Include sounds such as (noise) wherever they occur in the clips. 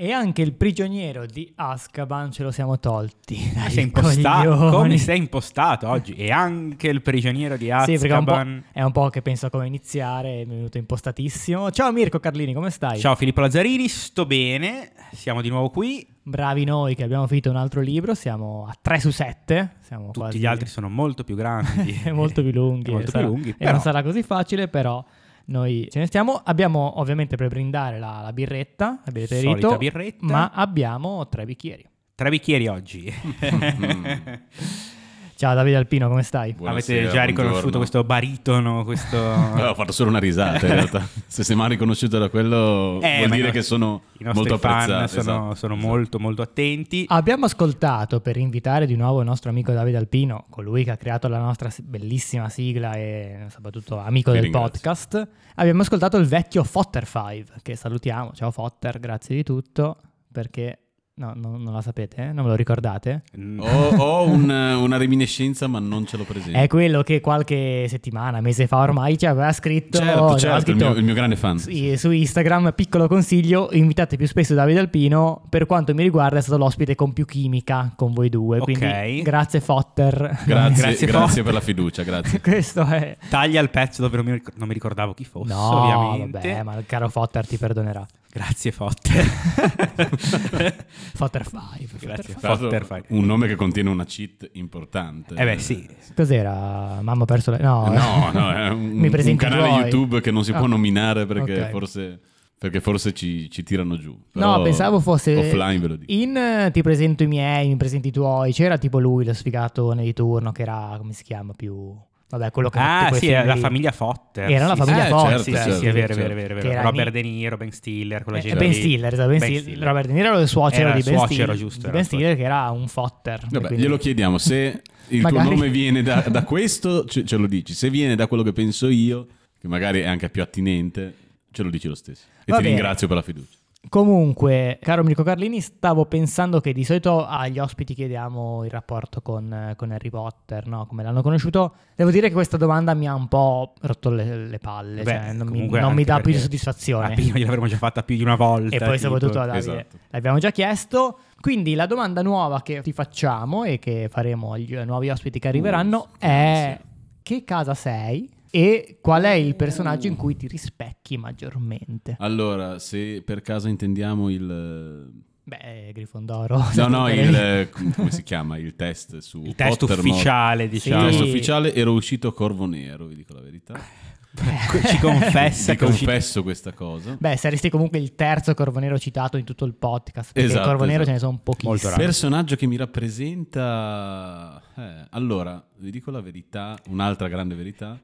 E anche il prigioniero di Azkaban ce lo siamo tolti. Ma dai Eh, sei imposta- coglioni. come sei impostato oggi? E anche il prigioniero di Sì, perché è un, Azkaban. po', è un po' che penso a come iniziare, mi è venuto impostatissimo. Ciao Mirko Carlini, come stai? Ciao Filippo Lazzarini, sto bene, siamo di nuovo qui. Bravi noi che abbiamo finito un altro libro, siamo a 3 su 7. Siamo Tutti gli altri sono molto più (laughs) grandi. sono (laughs) molto più lunghi. E molto e più sarà- lunghi, e però. non sarà così facile, però noi ce ne stiamo. Abbiamo ovviamente per brindare la, la birretta, la birretta di Solita Rito, birretta. ma abbiamo tre bicchieri. Tre bicchieri (laughs) oggi. Mm, Ciao Davide Alpino, come stai? Avete già riconosciuto questo baritono, (laughs) questo... Ho fatto solo una risata in (laughs) realtà. Se sei mai riconosciuto da quello, Eh, vuol ma i dire no- che sono I nostri molto fan apprezzati. sono, (laughs) esatto. sono Esatto. molto molto attenti. Abbiamo ascoltato per invitare di nuovo il nostro amico Davide Alpino, colui che ha creato la nostra si- bellissima sigla e soprattutto amico Vi del ringrazio. podcast. Abbiamo ascoltato il vecchio Fotter 5, che salutiamo. Ciao Fotter, grazie di tutto, perché no, no- non la sapete, eh? non ve lo ricordate? Mm. Ho, ho un- una reminiscenza, ma non ce l'ho presente. Ecco, È quello che qualche settimana, mese fa ormai ci aveva scritto, certo, ci aveva certo, il mio, scritto il mio grande fan. su- su Instagram, piccolo consiglio, invitate più spesso Davide Alpino, per quanto mi riguarda è stato l'ospite con più chimica con voi due, Ok. quindi grazie Fotter. Grazie, Grazie, grazie, forte. per la (laughs) fiducia, (laughs) grazie. Questo è... Taglia il pezzo dove non mi, ric- non mi ricordavo chi fosse, No, ovviamente. vabbè, ma il caro Fotter ti perdonerà. Grazie Fotte. (laughs) Fotter 5. Grazie Tra l'altro, Fotter. fai- Un nome che contiene una cheat importante. Eh beh sì, Cos'era? Mamma ha perso le... No, eh. No, no, è un, Mi presenti un canale i tuoi? YouTube che non si può Ah. nominare perché Ok. forse, perché forse ci, ci tirano giù. No, Però pensavo fosse... Offline ve lo dico. In eh, ti presento i miei, mi presenti i tuoi. C'era tipo lui, lo sfigatone di turno, che era... come si chiama più... Vabbè, quello che... tutti Ah, quei sì, film era la lì. famiglia Fotter. Era la sì, famiglia sì, Foster. certo, Sì, certo, sì, sì, è vero, è certo. vero, è vero, è Che vero. era Robert Nick- De Niro, Ben Stiller, quella Eh, gente ben lì. Stiller, esatto, ben Stiller. Robert De Niro era il suocero Era di il Ben suocero, Stiller, giusto, di era Ben il suocero. Stiller che era un fotter. Vabbè, quindi- glielo chiediamo se il Magari- tuo nome viene da, (laughs) da questo, ce, ce lo dici. Se viene da quello che penso io, che magari è anche più attinente, ce lo dici lo stesso. E Va ti bene. ringrazio per la fiducia. Comunque, caro Mirko Carlini, stavo pensando che di solito agli ospiti chiediamo il rapporto con, con Harry Potter, no? come l'hanno conosciuto. Devo dire che questa domanda mi ha un po' rotto le, le palle, Beh, cioè, non, mi, comunque non mi anche dà più perché soddisfazione. La prima gliel'avremmo già fatta più di una volta. E poi tipo. soprattutto a Davide esatto. l'abbiamo già chiesto. Quindi la domanda nuova che ti facciamo e che faremo agli ai nuovi ospiti che arriveranno Uh, è sì. che casa sei e qual è il personaggio in cui ti rispecchi maggiormente? Ah. Allora, se per caso (laughs) intendiamo il... Beh, Grifondoro. No, no, Beh, il... eh, (laughs) come si chiama? Il test su Il test Pottermore. ufficiale, Il diciamo. test Sì. ufficiale ero uscito Corvo Nero, vi dico la verità. (laughs) (laughs) Ci confessa Ti che è uscito- confesso questa cosa. Beh, saresti comunque il terzo Corvo Nero citato in tutto il podcast. Perché Esatto, Corvo Nero esatto. ce ne sono pochissimi. Molto raro. Personaggio che mi rappresenta... eh, allora, vi dico la verità, un'altra grande verità.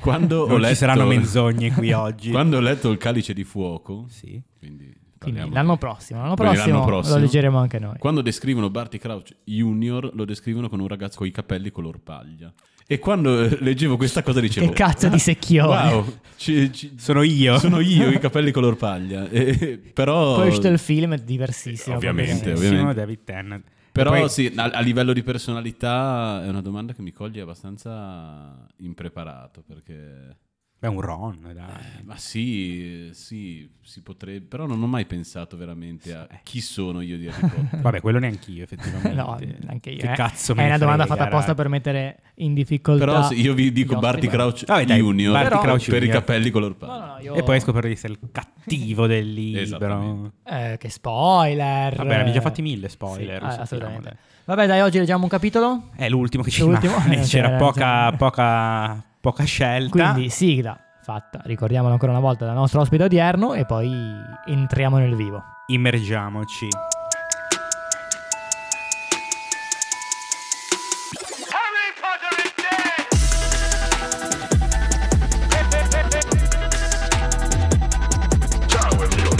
Quando ho Non ci letto... saranno menzogne (laughs) qui oggi. Quando ho letto il calice di fuoco, Sì. quindi Quindi parliamo l'anno di- prossimo, l'anno Quindi prossimo, l'anno prossimo. lo leggeremo anche noi. Quando descrivono Barty Crouch Junior, lo descrivono con un ragazzo con i capelli color paglia. E quando eh, leggevo questa cosa dicevo... Che cazzo di secchione. (laughs) Wow, ci- ci- Sono io. sono io i capelli color paglia. E- però... Poi è uscito il film, è diversissimo. Ovviamente, proprio. Benissimo, ovviamente. David Tennant. Però E poi- sì, a, a livello di personalità è una domanda che mi coglie abbastanza impreparato perché... eh, Beh, un Ron, (laughs) dai. Ma sì, sì, si potrebbe, però non ho mai pensato veramente a chi sono io di Harry (laughs) Potter. Vabbè, quello neanch'io, (laughs) effettivamente. No, anche io. Che eh. cazzo È me ne una domanda frega, fatta apposta raga. per mettere in difficoltà. Però se io vi dico gli Barty ospiti. Crouch Vabbè, dai, Junior Barty però- Crouch per i Junior. capelli color No, no, palla. no, io- E poi scopro di essere il cattivo del libro. Esattamente. Eh, che spoiler. Vabbè, ne ho già fatti mille spoiler. Sì, eh, sentiamo, assolutamente. dai. Vabbè, dai, oggi leggiamo un capitolo. È l'ultimo che ci L'ultimo? rimane. Eh, non c'era, C'era non poca, c'era. poca, poca scelta. Quindi sigla fatta, ricordiamolo ancora una volta, dal nostro ospite odierno e poi entriamo nel vivo. Immergiamoci. Harry Potter is dead! Ciao, Emilio.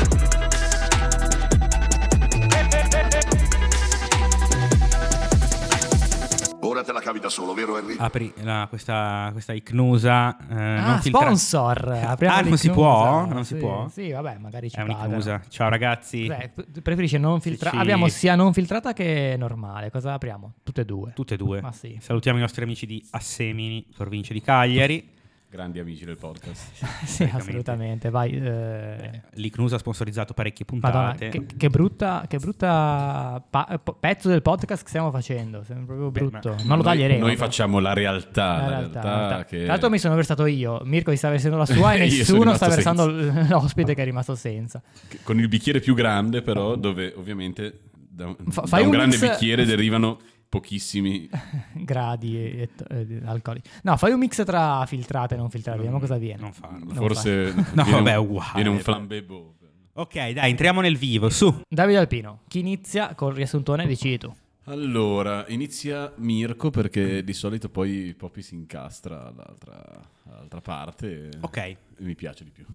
Ora te la cavi da solo, vero Henry? Apri la- questa, questa icnusa. eh, ah, non filtra- sponsor! Apriamo Ah, non si l'icnusa. può? Non Sì, si può? Sì, vabbè, magari ci È pagano. un'icnusa. Ciao ragazzi. Cioè, p- preferisce non filtrata? ci- Abbiamo sia non filtrata che normale. Cosa apriamo? Tutte e due. Tutte e due. Ma sì. Salutiamo i nostri amici di Assemini, provincia di Cagliari. Grandi amici del podcast. sì, assolutamente. Vai. eh, L'ICNUS ha sponsorizzato parecchie puntate. Madonna, che, che brutta, che brutta pa- po- pezzo del podcast che stiamo facendo. Sembra proprio Beh, brutto. ma non lo Noi- taglieremo. Noi però. Eh, facciamo la realtà. La realtà, che... Tra l'altro mi sono versato io, Mirko gli sta versando (laughs) la sua e Io sono nessuno sta rimasto versando l- l'ospite che è rimasto senza. Che- Con il bicchiere più grande, però, dove ovviamente da, Fa- da fai un, un grande mix- bicchiere derivano pochissimi. Gradi e, e t- e alcolici. No, fai un mix tra filtrate e non filtrate, vediamo cosa viene. Non farlo. Forse. (laughs) No, viene un- vabbè, uguale. Viene un flambé boh. Ok, dai, entriamo nel vivo. Su. Davide Alpino, chi inizia col riassuntone decidi tu. Allora, inizia Mirko perché di solito poi Poppy si incastra all'altra, all'altra parte. e- Ok. e mi piace di più.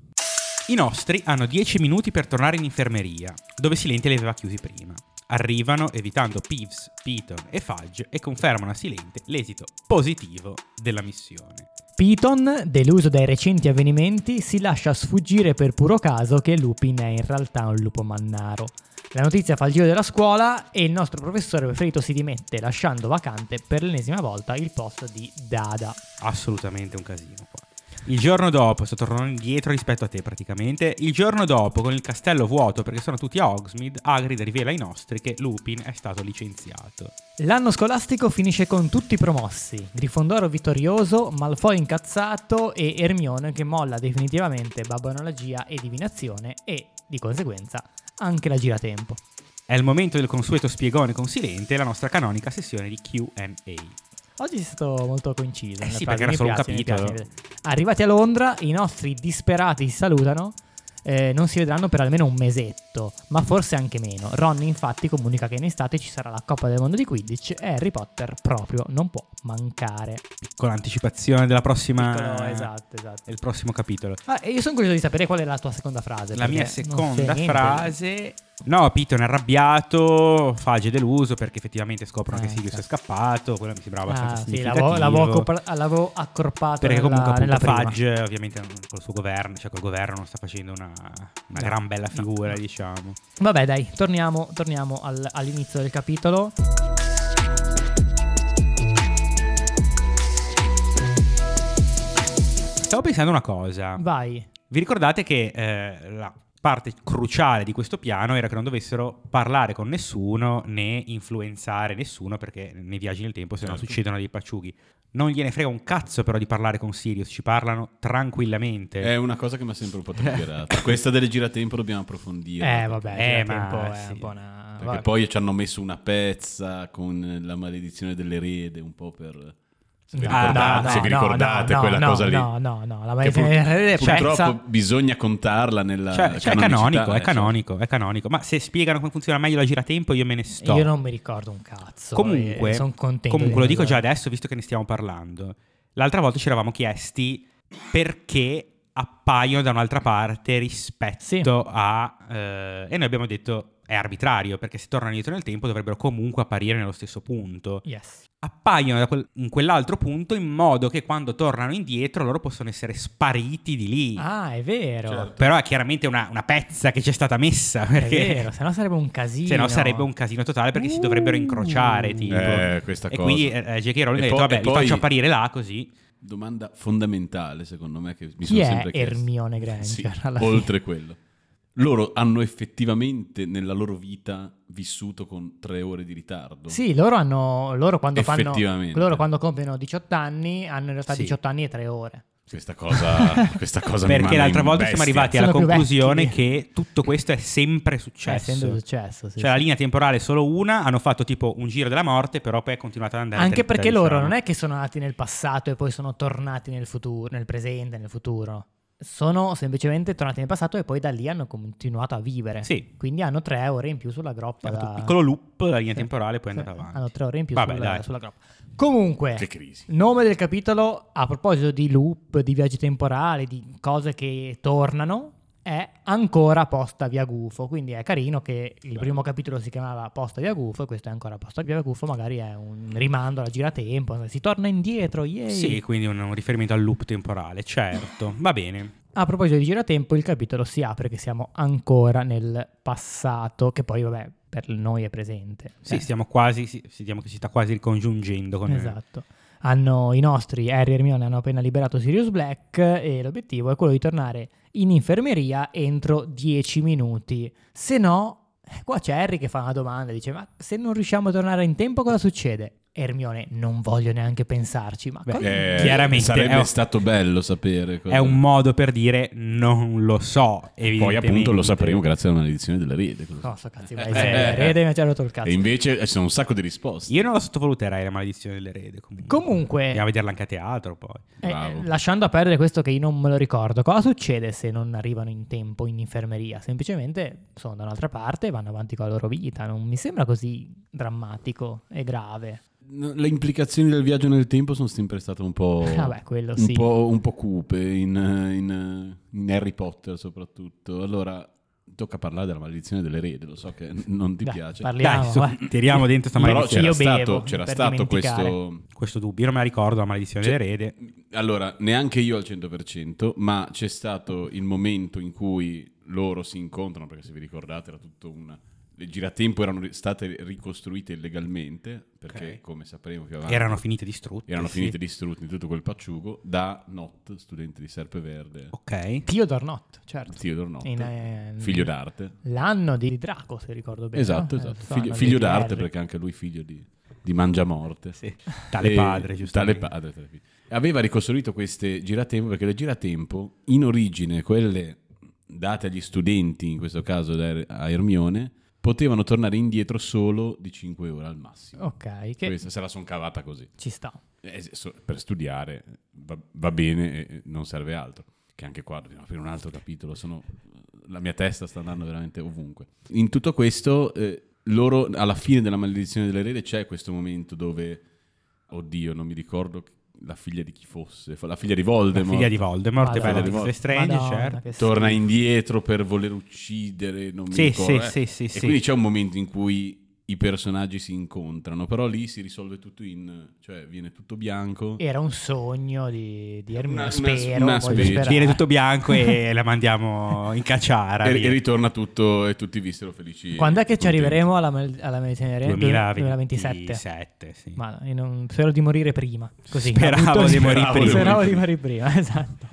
I nostri hanno 10 minuti per tornare in infermeria, dove Silente li aveva chiusi prima. Arrivano evitando Peeves, Piton e Fudge e confermano a Silente l'esito positivo della missione. Piton, deluso dai recenti avvenimenti, si lascia sfuggire per puro caso che Lupin è in realtà un lupo mannaro. La notizia fa il giro della scuola e il nostro professore preferito si dimette lasciando vacante per l'ennesima volta il posto di Dada. Assolutamente un casino qua. Il giorno dopo, sto tornando indietro rispetto a te praticamente, il giorno dopo con il castello vuoto perché sono tutti a Hogsmeade, Hagrid rivela ai nostri che Lupin è stato licenziato. L'anno scolastico finisce con tutti promossi, Grifondoro vittorioso, Malfoy incazzato e Hermione che molla definitivamente babbonologia e divinazione e, di conseguenza, anche la giratempo. È il momento del consueto spiegone con Silente e la nostra canonica sessione di Q&A. Oggi è stato molto coinciso. Eh nella sì, frase, perché era mi solo un piace, mi capitolo. piace, mi piace. Arrivati a Londra, i nostri disperati si salutano. eh, non si vedranno per almeno un mesetto, ma forse anche meno. Ron, infatti, comunica che in estate ci sarà la Coppa del Mondo di Quidditch e Harry Potter proprio non può mancare. con l'anticipazione della prossima Piccolo, esatto, esatto. del prossimo capitolo. Ah, e io sono curioso di sapere qual è la tua seconda frase. La perché mia non seconda sai niente. frase No, Piton è arrabbiato, Fage è deluso perché effettivamente scoprono Ah, che Sirius ecco. è scappato, quello mi sembrava Ah, abbastanza sì, l'avevo, significativo. l'avevo accopra- l'avevo accorpato perché comunque nella, appunto nella prima. Fage ovviamente non- col suo governo, cioè col governo non sta facendo una, una No, gran bella Esatto. no, figura, no. diciamo. Vabbè, dai, torniamo, torniamo al- all'inizio del capitolo. Stavo pensando una cosa. Vai. Vi ricordate che eh, la parte cruciale di questo piano era che non dovessero parlare con nessuno né influenzare nessuno perché nei viaggi nel tempo se no Certo. succedono dei pacciughi. Non gliene frega un cazzo però di parlare con Sirius, ci parlano Eh. tranquillamente. È una cosa che mi ha sempre un po' (laughs) triggerato. Questa delle giratempo dobbiamo approfondire. Eh, vabbè, Eh, il tempo ma è sì. un po' una. Perché vabbè. poi ci hanno messo una pezza con la maledizione dell'erede, un po' per... Se vi No, ricordate, Ah, no, se vi no, ricordate no, quella no, cosa lì. no, no, no, la Che maledizione dell'erede è Purtroppo pezza. bisogna contarla nella Cioè, cioè, è canonicità, canonico, eh, è cioè. canonico, è canonico. Ma se spiegano come funziona meglio la giratempo io me ne sto. Io non mi ricordo un cazzo. Comunque, sono Esatto, contento. comunque lo di dico già non- adesso, visto che ne stiamo parlando. L'altra volta ci eravamo chiesti perché appaiono da un'altra parte rispetto Sì. a... eh, e noi abbiamo detto è arbitrario, perché se tornano indietro nel tempo dovrebbero comunque apparire nello stesso punto. Yes. Appaiono da quel- in quell'altro punto in modo che quando tornano indietro loro possono essere spariti di lì. Ah, è vero. Però è chiaramente una, una pezza che ci è stata messa, È perché... vero, se no sarebbe un casino. Mm. Se Cioè, no sarebbe un casino totale perché si dovrebbero incrociare. Tipo. Eh, questa e cosa. quindi eh, J.K. Rowling E ha detto: poi- Vabbè, e li poi- faccio apparire là così. Domanda fondamentale, secondo me, che mi Chi sono è sempre chiesto. Hermione Granger, Sì, alla fine? oltre quello. Loro hanno effettivamente nella loro vita vissuto con tre ore di ritardo. Sì, loro hanno. Loro quando, fanno, Effettivamente. loro quando compiono 18 anni hanno in realtà Sì. 18 anni e 3 ore. (laughs) Questa cosa, questa cosa mi Perché manda l'altra in volta siamo bestia. arrivati alla Sono più conclusione vecchi. che tutto questo è sempre Cioè, successo. essendo successo. sì, cioè, la sì. linea temporale è solo una. Hanno fatto tipo un giro della morte, però poi è continuata ad andare. Anche dritta, perché loro diciamo. non è che sono nati nel passato e poi sono tornati nel futuro, nel presente, nel futuro. Sono semplicemente tornati nel passato e poi da lì hanno continuato a vivere. Sì. Quindi hanno tre ore in più sulla groppa. Ha fatto da- un piccolo loop, la linea Sì. temporale, poi è Sì, andata avanti. Hanno tre ore in più Vabbè, sulla, dai. sulla groppa. Comunque, Che crisi. nome del capitolo a proposito di loop, di viaggi temporali, di cose che tornano, è ancora posta via gufo. Quindi è carino che il primo capitolo si chiamava posta via gufo e questo è ancora posta via gufo. Magari è un rimando alla giratempo. Si torna indietro, yay! Sì, quindi un, un riferimento al loop temporale, certo. Va bene. A proposito di giratempo, il capitolo si apre che siamo ancora nel passato, che poi, vabbè, per noi è presente. Sì, Eh. stiamo quasi. si- Sentiamo che si sta quasi ricongiungendo con Esatto. hanno- i nostri Harry e Hermione hanno appena liberato Sirius Black e l'obiettivo è quello di tornare in infermeria entro 10 minuti. Se no, eh, qua c'è Harry che fa una domanda, dice ma se non riusciamo a tornare in tempo cosa succede? Hermione, non voglio neanche pensarci, ma Beh, cosa- Eh, Chiaramente, sarebbe eh, oh. stato bello sapere. cosa- È un modo per dire non lo so. Poi evidentemente. appunto lo sapremo grazie a una edizione della rete. cosa- Cosa cazzo, vai, Eh, se- eh, Rede mi ha già rotto il cazzo. E invece eh, ci sono un sacco di risposte. Io non la sottovaluterei la maledizione dell'erede. Comunque, Comunque- andiamo a vederla anche a teatro. Poi Eh, Bravo. lasciando a perdere questo che io non me lo ricordo, cosa succede se non arrivano in tempo in infermeria? Semplicemente sono da un'altra parte e vanno avanti con la loro vita. Non mi sembra così drammatico e grave. No, Le implicazioni del viaggio nel tempo sono sempre state (laughs) un po'. Ah, beh, quello un sì. po', un po' cupe in, eh, in, eh, in Harry Potter, soprattutto. Allora, tocca parlare della maledizione dell'erede. Lo so che non ti Dai, piace. Parliamo. Dai, su, va. tiriamo dentro sta Però maledizione. c'era Io bevo, stato, c'era per stato dimenticare. questo. Questo dubbio, io non me la ricordo la maledizione Cioè- dell'erede. Allora, neanche io al 100%, ma c'è stato il momento in cui loro si incontrano, perché se vi ricordate era tutto una... Le giratempo erano ri- state ricostruite illegalmente, perché Ok. come sapremo più avanti Erano finite distrutte. erano Eh sì. finite distrutte in tutto quel pacciugo da Not, studente di Serpeverde, Ok. Theodore Knott, Oh, certo. Theodore Not, In, eh, figlio d'arte. L'anno di Draco, se ricordo bene. Esatto, no? Eh, esatto. so, Figlio, l'anno figlio di d'arte Harry. perché anche lui figlio di, di Mangiamorte. Tale E- padre, giustamente. Eh, Tale padre, tale figlio. Aveva ricostruito queste giratempo perché le giratempo, in origine, quelle date agli studenti, in questo caso da Er- a Ermione, potevano tornare indietro solo di 5 ore al massimo. Ok, che Questa se la son cavata così. ci sta. Eh, se- so- per studiare va, va bene e non serve altro. Che anche qua dobbiamo aprire un altro capitolo. sono- la mia testa sta andando veramente ovunque. In tutto questo, eh, loro alla fine della maledizione delle rede c'è questo momento dove, oddio, non mi ricordo la figlia di chi fosse, fa- la figlia di La Voldemort. figlia di Voldemort, e Madonna. poi la Figlia di Dottor Voldemort. Strange, Madonna, certo. che Torna indietro per voler uccidere, non mi Sì, ricordo. sì, sì, eh. sì, e sì. quindi c'è un momento in cui i personaggi si incontrano, però lì si risolve tutto in... cioè viene tutto bianco. Era un sogno di, di Hermione, Una- una- spero. una voglio specie. sperare. Viene tutto bianco e la mandiamo in cacciara. E, via. e ritorna tutto e tutti vissero felici. e Quando è che ci contenti. arriveremo alla, mal- alla maledizione del re? 2027? 2027. sì. Ma io non- spero di morire prima. Così, Speravo la butto di lì. morire Speravo prima. Speravo di morire prima, (laughs) esatto.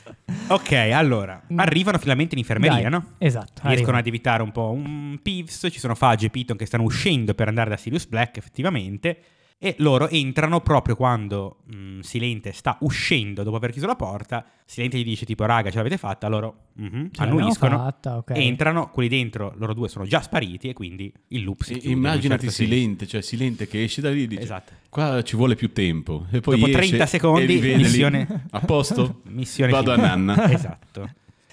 Ok, allora. Arrivano finalmente in infermeria, Mm. Dai, no? Esatto. Riescono arriva. ad evitare un po' un Peeves. Ci sono Fudge e Piton che stanno uscendo per andare da Sirius Black, effettivamente. E loro entrano proprio quando mh, Silente sta uscendo dopo aver chiuso la porta. Silente gli dice: Tipo, raga, ce l'avete fatta. Loro mhm, Ce l'abbiamo annuiscono. fatta, ok. Entrano, quelli dentro, loro due sono già spariti. E quindi il loop si E- chiude. in un immaginati certo senso. Silente, cioè Silente che esce da lì e dice Esatto. qua ci vuole più tempo. E poi Dopo esce 30 secondi, e li vede lì. missione- A posto? (laughs) Missione Vado finita. a (laughs) nanna. Esatto.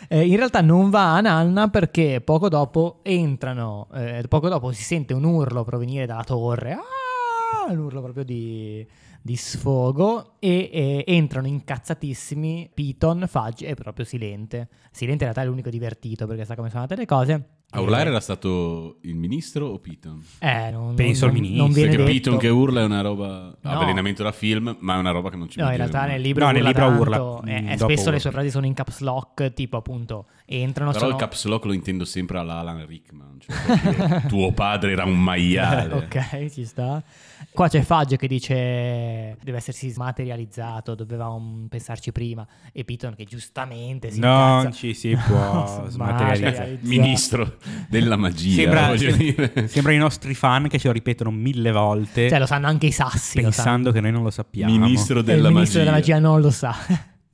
Eh, in realtà non va a Nanna perché poco dopo entrano, eh, poco dopo si sente un urlo provenire dalla torre, ah, un urlo proprio di, di sfogo e eh, entrano incazzatissimi Piton, Fudge e proprio Silente. Silente in realtà è l'unico divertito perché sa come sono andate le cose. A urlare era stato il ministro o Piton? Eh, non, Penso non- al ministro, non viene Perché detto. Piton che urla è una roba No. avvelenamento da film, ma è una roba che non ci No, in vuol dire realtà nulla. nel libro No, nel urla libro urla, tanto, mm, eh, eh, dopo spesso urla. le sue frasi sono in caps lock, tipo appunto entrano Però sono... il caps lock lo intendo sempre alla Alan Rickman, cioè (laughs) proprio, tuo padre era un maiale. Ok, ci sta. Qua c'è Fudge che dice deve essersi smaterializzato, dovevamo mm, pensarci prima. E Piton che giustamente si incazza. Non (laughs) ci si può No, smaterializzare. smaterializzare. (laughs) Ministro Esatto. della magia, Sembra, voglio (laughs) dire. sembra i nostri fan che ce lo ripetono mille volte Cioè lo sanno anche i sassi. lo sanno. pensando che noi non lo sappiamo. Ministro E della il Eh, ministro della magia non lo sa.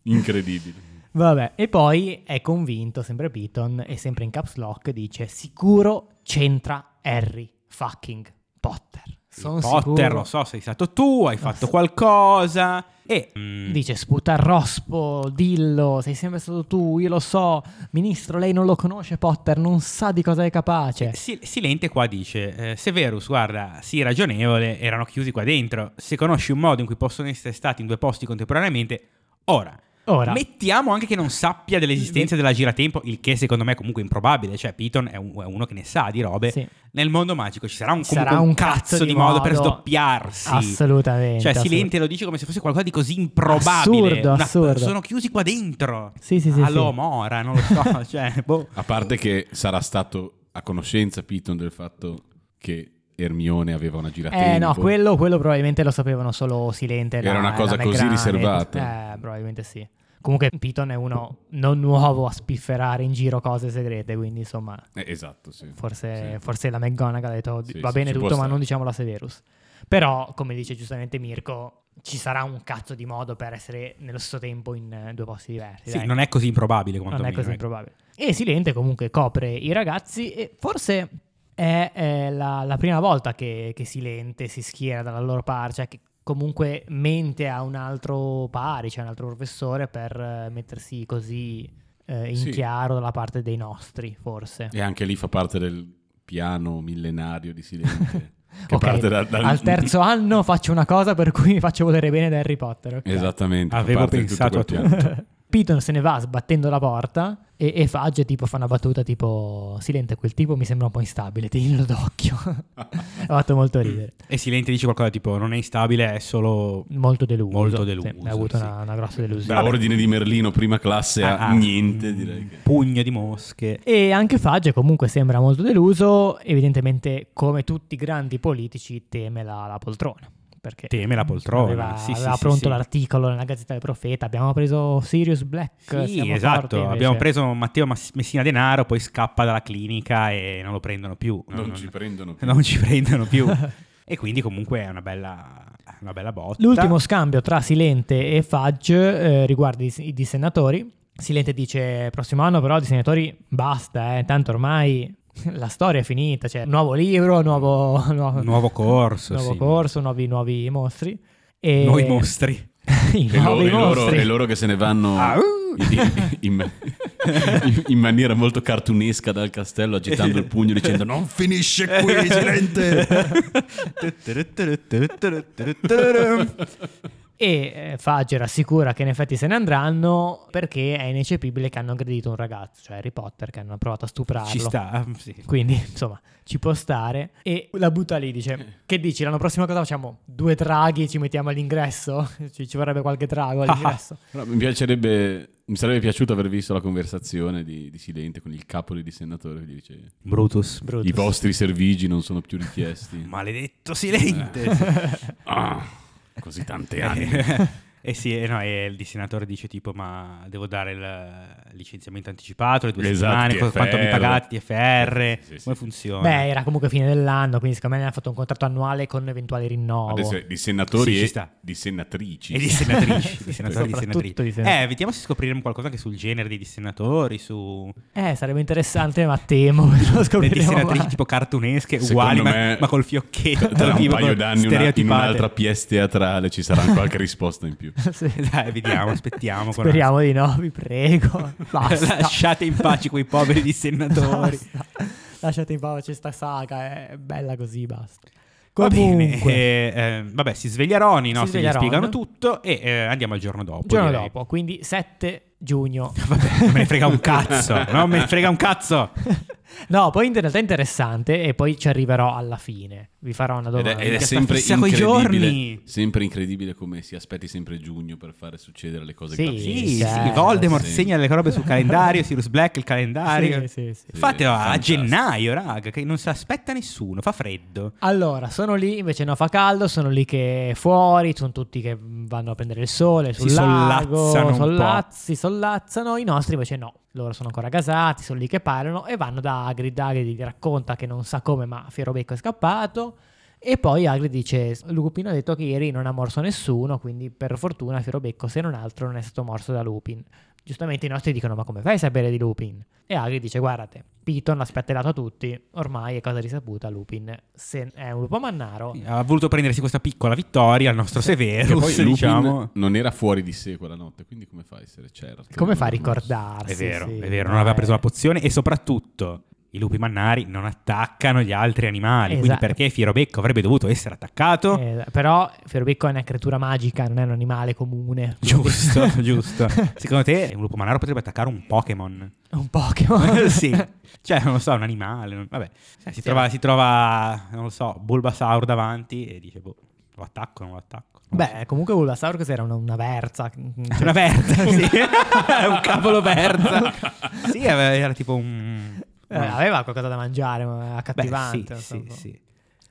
Incredibile. Vabbè, e poi è convinto, sempre Piton, e sempre in caps lock, dice sicuro c'entra Harry fucking Potter. Sono Potter, sicuro. Ah, lo so, sei stato tu, hai fatto qualcosa. E mm, Dice sputa il rospo, dillo, sei sempre stato tu, io lo so, ministro, lei non lo conosce Potter, non sa di cosa è capace. Si- Silente qua dice: eh, Severus, guarda, sii ragionevole, erano chiusi qua dentro. Se conosci un modo in cui possono essere stati in due posti contemporaneamente, ora. Ora, Mettiamo anche che non sappia dell'esistenza della giratempo, il che secondo me è comunque improbabile. Cioè, Piton è, un- è uno che ne sa di robe. sì, Nel mondo magico ci sarà un, Sarà comunque un un cazzo, di modo, per sdoppiarsi. assolutamente. Cioè, assolut- Silente lo dice come se fosse qualcosa di così improbabile. Assurdo, Una- assurdo. Sono chiusi qua dentro. Sì, sì, sì, Allo sì. Mora, non (laughs) lo so. cioè, boh. A parte che sarà stato a conoscenza Piton del fatto che Ermione aveva una giratempo. Eh no, quello, quello probabilmente lo sapevano solo Silente. e la- Era una cosa la così McGrane. riservata. Eh, probabilmente sì. Comunque Piton è uno non nuovo a spifferare in giro cose segrete, quindi insomma, Eh, esatto, sì. forse, Sì. forse la McGonagall ha detto Sì, va sì, bene ci può tutto, ma stare." non diciamola Severus. Però, come dice giustamente Mirko, ci sarà un cazzo di modo per essere nello stesso tempo in eh, due posti diversi. Sì, dai. non è così improbabile Non quantomeno. è così ecco. improbabile. E Silente comunque copre i ragazzi e forse è eh, la, la prima volta che, che Silente si schiera dalla loro parte, cioè che comunque mente a un altro pari, cioè un altro professore per eh, mettersi così eh, in Sì. chiaro dalla parte dei nostri, forse. E anche lì fa parte del piano millenario di Silente. che Ok, parte da- dal- Al terzo anno faccio una cosa per cui (laughs) mi faccio volere bene da Harry Potter. ok? Esattamente. fa Avevo parte di tutto pensato quel a piano. Piton se ne va sbattendo la porta e, e Fudge tipo fa una battuta tipo Silente quel tipo mi sembra un po' instabile, tienilo d'occhio. (laughs) ha fatto molto ridere, E Silente dice qualcosa tipo non è instabile, è solo... molto deluso. Molto Sì, deluso, ha avuto sì. una, una grossa delusione. Da Ordine di Merlino, prima classe, Ah, a ah, Cioè, niente, mm, direi che... Pugno di mosche. E anche Fudge comunque sembra molto deluso, evidentemente come tutti i grandi politici teme la, la poltrona. Perché Teme la poltrona, Aveva, sì, sì, aveva sì, pronto sì. l'articolo nella Gazzetta del Profeta, abbiamo preso Sirius Black. Sì, Ecco, siamo forti, esatto. invece. Abbiamo preso Matteo Mass- Messina Denaro, poi scappa dalla clinica e non lo prendono più. No, Non ci prendono più. non ci (laughs) prendono più. e quindi comunque è una bella, una bella botta. L'ultimo scambio tra Silente e Fudge eh, riguarda i, i dissennatori. Silente dice: Prossimo anno, però, dissennatori basta, eh, tanto ormai la storia è finita. Cioè, nuovo libro, nuovo, nuovo- Nuovo corso, nuovo sì. corso, nuovi, nuovi mostri. E... Noi mostri. (laughs) I E, lo- nuovi e loro, mostri. e loro che se ne vanno Ah, uh! in, in- in- (laughs) in maniera molto cartunesca dal castello agitando il pugno dicendo non finisce qui (laughs) Silente E eh, Fudge rassicura che in effetti se ne andranno perché è ineccepibile che hanno aggredito un ragazzo, cioè Harry Potter, che hanno provato a stuprarlo. Ci sta, sì. Quindi, insomma, ci può stare. E la butta lì, Eh. dice: Che dici? L'anno prossimo cosa facciamo? Due traghi ci mettiamo all'ingresso? (laughs) Ci, ci vorrebbe qualche Ah, trago all'ingresso. Però mi piacerebbe mi sarebbe piaciuto aver visto la conversazione di, di Silente con il capo di senatore che gli dice Brutus. Brutus. i vostri servigi non sono più richiesti Maledetto Eh. silente. ah, così tante (laughs) (laughs) anime e Eh, sì, e no, e il destinatore dice tipo ma devo dare il licenziamento anticipato, le due Esatto, settimane, co- quanto mi TFR. pagate, TFR, Sì, sì, sì. come funziona? Beh, era comunque fine dell'anno, quindi secondo me ne ha fatto un contratto annuale con eventuali rinnovo. adesso di senatori Sì, ci e sta. di senatrici E (laughs) di senatrici, di Sì, senatori, di soprattutto senatrici. di senatrici. Eh, vediamo se scopriremo qualcosa anche sul genere dei dissenatori, su Eh, sarebbe interessante, ma temo (laughs) che lo le scopriremo. (laughs) dissenatrici mai. tipo cartunesche Secondo uguali, ma, me, (laughs) ma col fiocchetto. tra un tipo, paio d'anni una, in stereotipate. un'altra pièce teatrale ci sarà qualche risposta in più (laughs) Sì. Dai, vediamo, aspettiamo. con Speriamo di no, vi (laughs) prego. ansia. Basta. Lasciate in pace quei poveri dissenatori. Basta. Lasciate in pace sta saga, è bella così, basta. Va bene, (laughs) Comunque, eh, eh, vabbè, si sveglia Ron, i nostri sveglia gli Ron. spiegano tutto e eh, andiamo al giorno dopo. il giorno direi. dopo, quindi 7 giugno (laughs) Vabbè, non me ne frega (laughs) un cazzo, non me ne frega un cazzo. No, poi in realtà è interessante e poi ci arriverò alla fine. Vi farò una Ed domanda. è, ed è Minchia, sta sempre fissa coi incredibile, giorni. sempre incredibile come si aspetti sempre giugno per fare succedere le cose Sì. grazie. Sì, certo. sì, Voldemort Sì. segna le robe sul calendario, Sirius Black il calendario. Sì, sì, sì. Sì, Fatelo a fantastico. gennaio, raga, che non si aspetta nessuno, fa freddo. Allora, sono lì, invece no, fa caldo, sono lì che è fuori, sono tutti che vanno a prendere il sole sul Si lago, sollazzano un sollazzi, sollazzano, i nostri invece no, loro sono ancora gasati, sono lì che parlano e vanno da Agrid, Agrid gli racconta che non sa come ma Fierobecco è scappato e poi Agrid dice, Lupin ha detto che ieri non ha morso nessuno, quindi per fortuna Fierobecco se non altro non è stato morso da Lupin. Giustamente i nostri dicono ma come fai a sapere di Lupin? E Agri dice guardate, Piton l'ha spattellato a tutti, ormai è cosa risaputa, Lupin se è un lupo mannaro. Ha voluto prendersi questa piccola vittoria al nostro Che poi Severus, Lupin diciamo. non era fuori di sé quella notte, quindi come fa a essere certo? Come fa a Non- ricordarsi? È vero, sì, è vero, eh. non aveva preso la pozione e soprattutto i lupi mannari non attaccano gli altri animali, quindi Esatto. perché Fierobecco avrebbe dovuto essere attaccato? Eh, però Ferobecco è una creatura magica, non è un animale comune. (laughs) (laughs) (laughs) Giusto, giusto. Secondo te un lupo mannaro potrebbe attaccare (laughs) un Pokémon? È un Pokémon. (laughs) sì, cioè non lo so, un animale, non- vabbè. Cioè, Sì. si, trova, si trova, non lo so, Bulbasaur davanti e dice, boh, lo attacco, non lo attacco. non lo so. Beh, comunque Bulbasaur cos'era? Una, una verza. certo C'è una (laughs) verza, sì. un cavolo verza. Sì, aveva- era tipo un... Eh, aveva qualcosa da mangiare, ma Mm. Beh, accattivante. sì, sì, insomma. sì.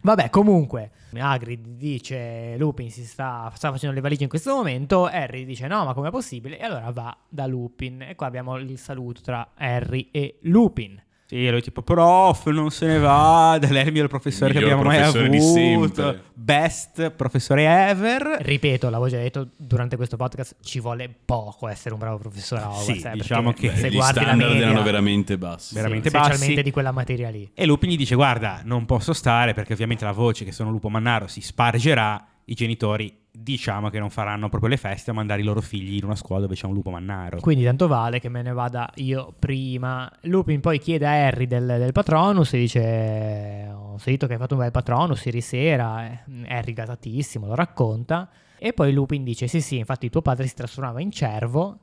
Vabbè, comunque, Hagrid dice Lupin si sta, sta facendo le valigie in questo momento, Harry dice no, ma com'è possibile? E allora va da Lupin. E qua abbiamo il saluto tra Harry e Lupin. Sì, e lui tipo, prof, non se ne vada, lei è il miglior professore Il che miglior abbiamo mai professore di avuto, sempre." best professore ever. Ripeto, l'avevo già detto durante questo podcast, ci vuole poco essere un bravo professore a Hogwarts, Sì, eh, perché diciamo che se Beh, gli guardi la standard media, erano veramente bassi. sì, veramente specialmente bassi. di quella materia lì. E Lupin gli dice, guarda, non posso stare perché ovviamente la voce che sono Lupo Mannaro si spargerà, i genitori diciamo che non faranno proprio le feste a mandare i loro figli in una scuola dove c'è un Lupo Mannaro. Quindi tanto vale che me ne vada io prima. Lupin poi chiede a Harry del, del patronus e dice ho sentito che hai fatto un bel patronus ieri sera. eh. Harry gasatissimo, lo racconta. E poi Lupin dice sì sì, infatti tuo padre si trasformava in cervo,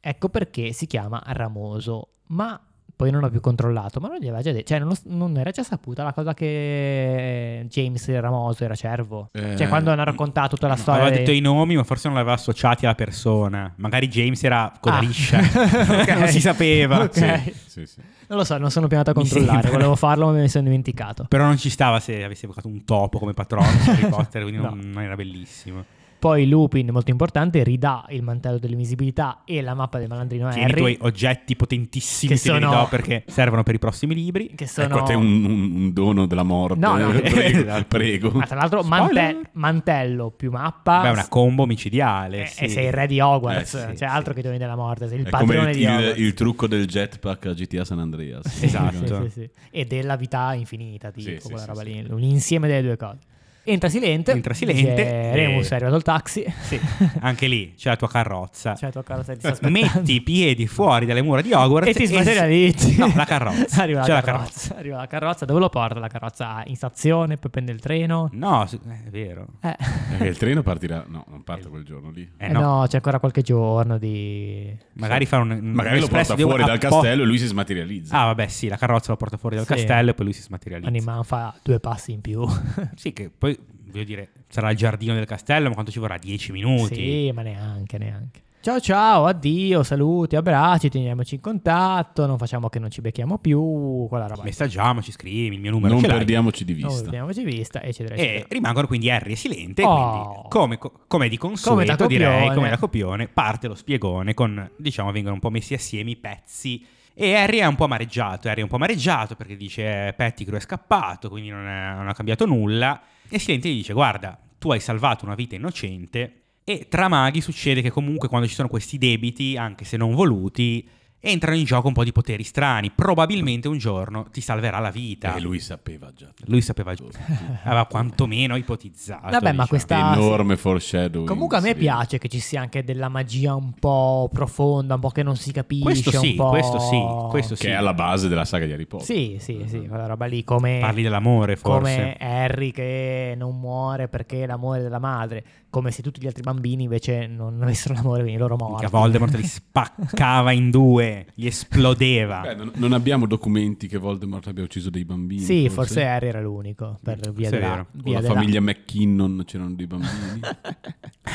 ecco perché si chiama Ramoso. Ma poi non ho più controllato, ma non gli aveva già detto, cioè non, lo- non era già saputa la cosa che James Ramoso era cervo. Eh, cioè quando hanno raccontato tutta la No, storia... Aveva detto dei- i nomi, ma forse non l'aveva associati alla persona. Magari James era coda Ah. (laughs) liscia. Ok. non si sapeva. Ok. Sì, sì, sì. Non lo so, non sono più andato a (laughs) Mi controllare, sembra. volevo farlo ma me ne sono dimenticato. Però non ci stava se avesse evocato un topo come patrono su (laughs) Harry Potter, quindi non, No. non era bellissimo. Poi Lupin, molto importante, ridà il mantello dell'invisibilità e la mappa del malandrino Tieni i Harry, tuoi oggetti potentissimi, Che te li sono- do perché servono per i prossimi libri. che sono... Ecco a te un, un- un dono della morte. No, no. (laughs) (laughs) prego. prego. Ah, tra l'altro Spoiler! mante- mantello più mappa Beh, è una combo micidiale. e, sì. e Eh, sei il re di Hogwarts, Eh, sì, cioè altro che i doni della morte, sei il È come padrone il, di il, Hogwarts. il trucco del jetpack a GTA San Andreas. Sì, Esatto. sì, sì, sì. E della vita infinita, tipo, Sì, sì, quella sì, roba sì. lì, un insieme delle due cose. Entra silente, Entra silente, dice, e- Remus è arrivato il taxi, Sì, anche lì c'è la tua carrozza. (laughs) cioè tua carrozza ti sta aspettando. Metti i piedi fuori dalle mura di Hogwarts (laughs) e ti smaterializzi. No, la (laughs) carrozza. Arriva la C'è la carrozza. Arriva la carrozza. Dove lo porta la carrozza? Ah, In stazione, poi prende il treno. No, sì, è vero. Eh, Perché il treno partirà... No, non parte quel giorno lì. Eh, eh no. no. c'è ancora qualche giorno di... Magari fa un, un Magari lo espresso porta di ore fuori dal apposta. castello e lui si smaterializza. Ah, vabbè, sì, la carrozza la porta fuori dal Sì. castello e poi lui si smaterializza. Animan fa due passi in più. Sì, che poi, voglio dire, sarà il giardino del castello, ma quanto ci vorrà? 10 minuti? (laughs) sì, ma neanche, neanche. Ciao ciao, addio, saluti, abbracci, teniamoci in contatto, non facciamo che non ci becchiamo più, quella roba. lì. Messaggiamoci, scrivi, il mio numero Non ce l'hai. perdiamoci di Non vista. abbiamoci vista, eccetera, E eccetera. rimangono quindi Harry e Silente, Oh. quindi come, co- come di consueto Come da copione. direi, come da copione, parte lo spiegone con, diciamo, vengono un po' messi assieme i pezzi e Harry è un po' amareggiato, Harry è un po' amareggiato perché dice eh, Pettigrew è scappato, quindi non, è- non ha cambiato nulla e Silente gli dice guarda, tu hai salvato una vita innocente e tra maghi succede che comunque quando ci sono questi debiti, anche se non voluti, entrano in gioco un po' di poteri strani, probabilmente un giorno ti salverà la vita. E Eh, lui sapeva già. Lui sapeva già, aveva quantomeno ipotizzato. Vabbè, ma diciamo. questa- Ah, sì. Enorme foreshadowing. Comunque a me sì. piace che ci sia anche della magia un po' profonda, un po' che non si capisce, Questo un sì, po'... questo sì, questo Che sì. è alla base della saga di Harry Potter. Sì, sì, sì, quella roba lì come... Parli dell'amore, come forse. Harry che non muore perché è l'amore della madre, come se tutti gli altri bambini invece non (laughs) avessero l'amore, quindi loro morti. Mica Voldemort li spaccava in due, gli esplodeva. Beh, non, non abbiamo documenti che Voldemort abbia ucciso dei bambini. (laughs) Sì, forse Harry era l'unico per via Forse è della, vero. Con via la della- (laughs) famiglia McKinnon c'erano dei bambini.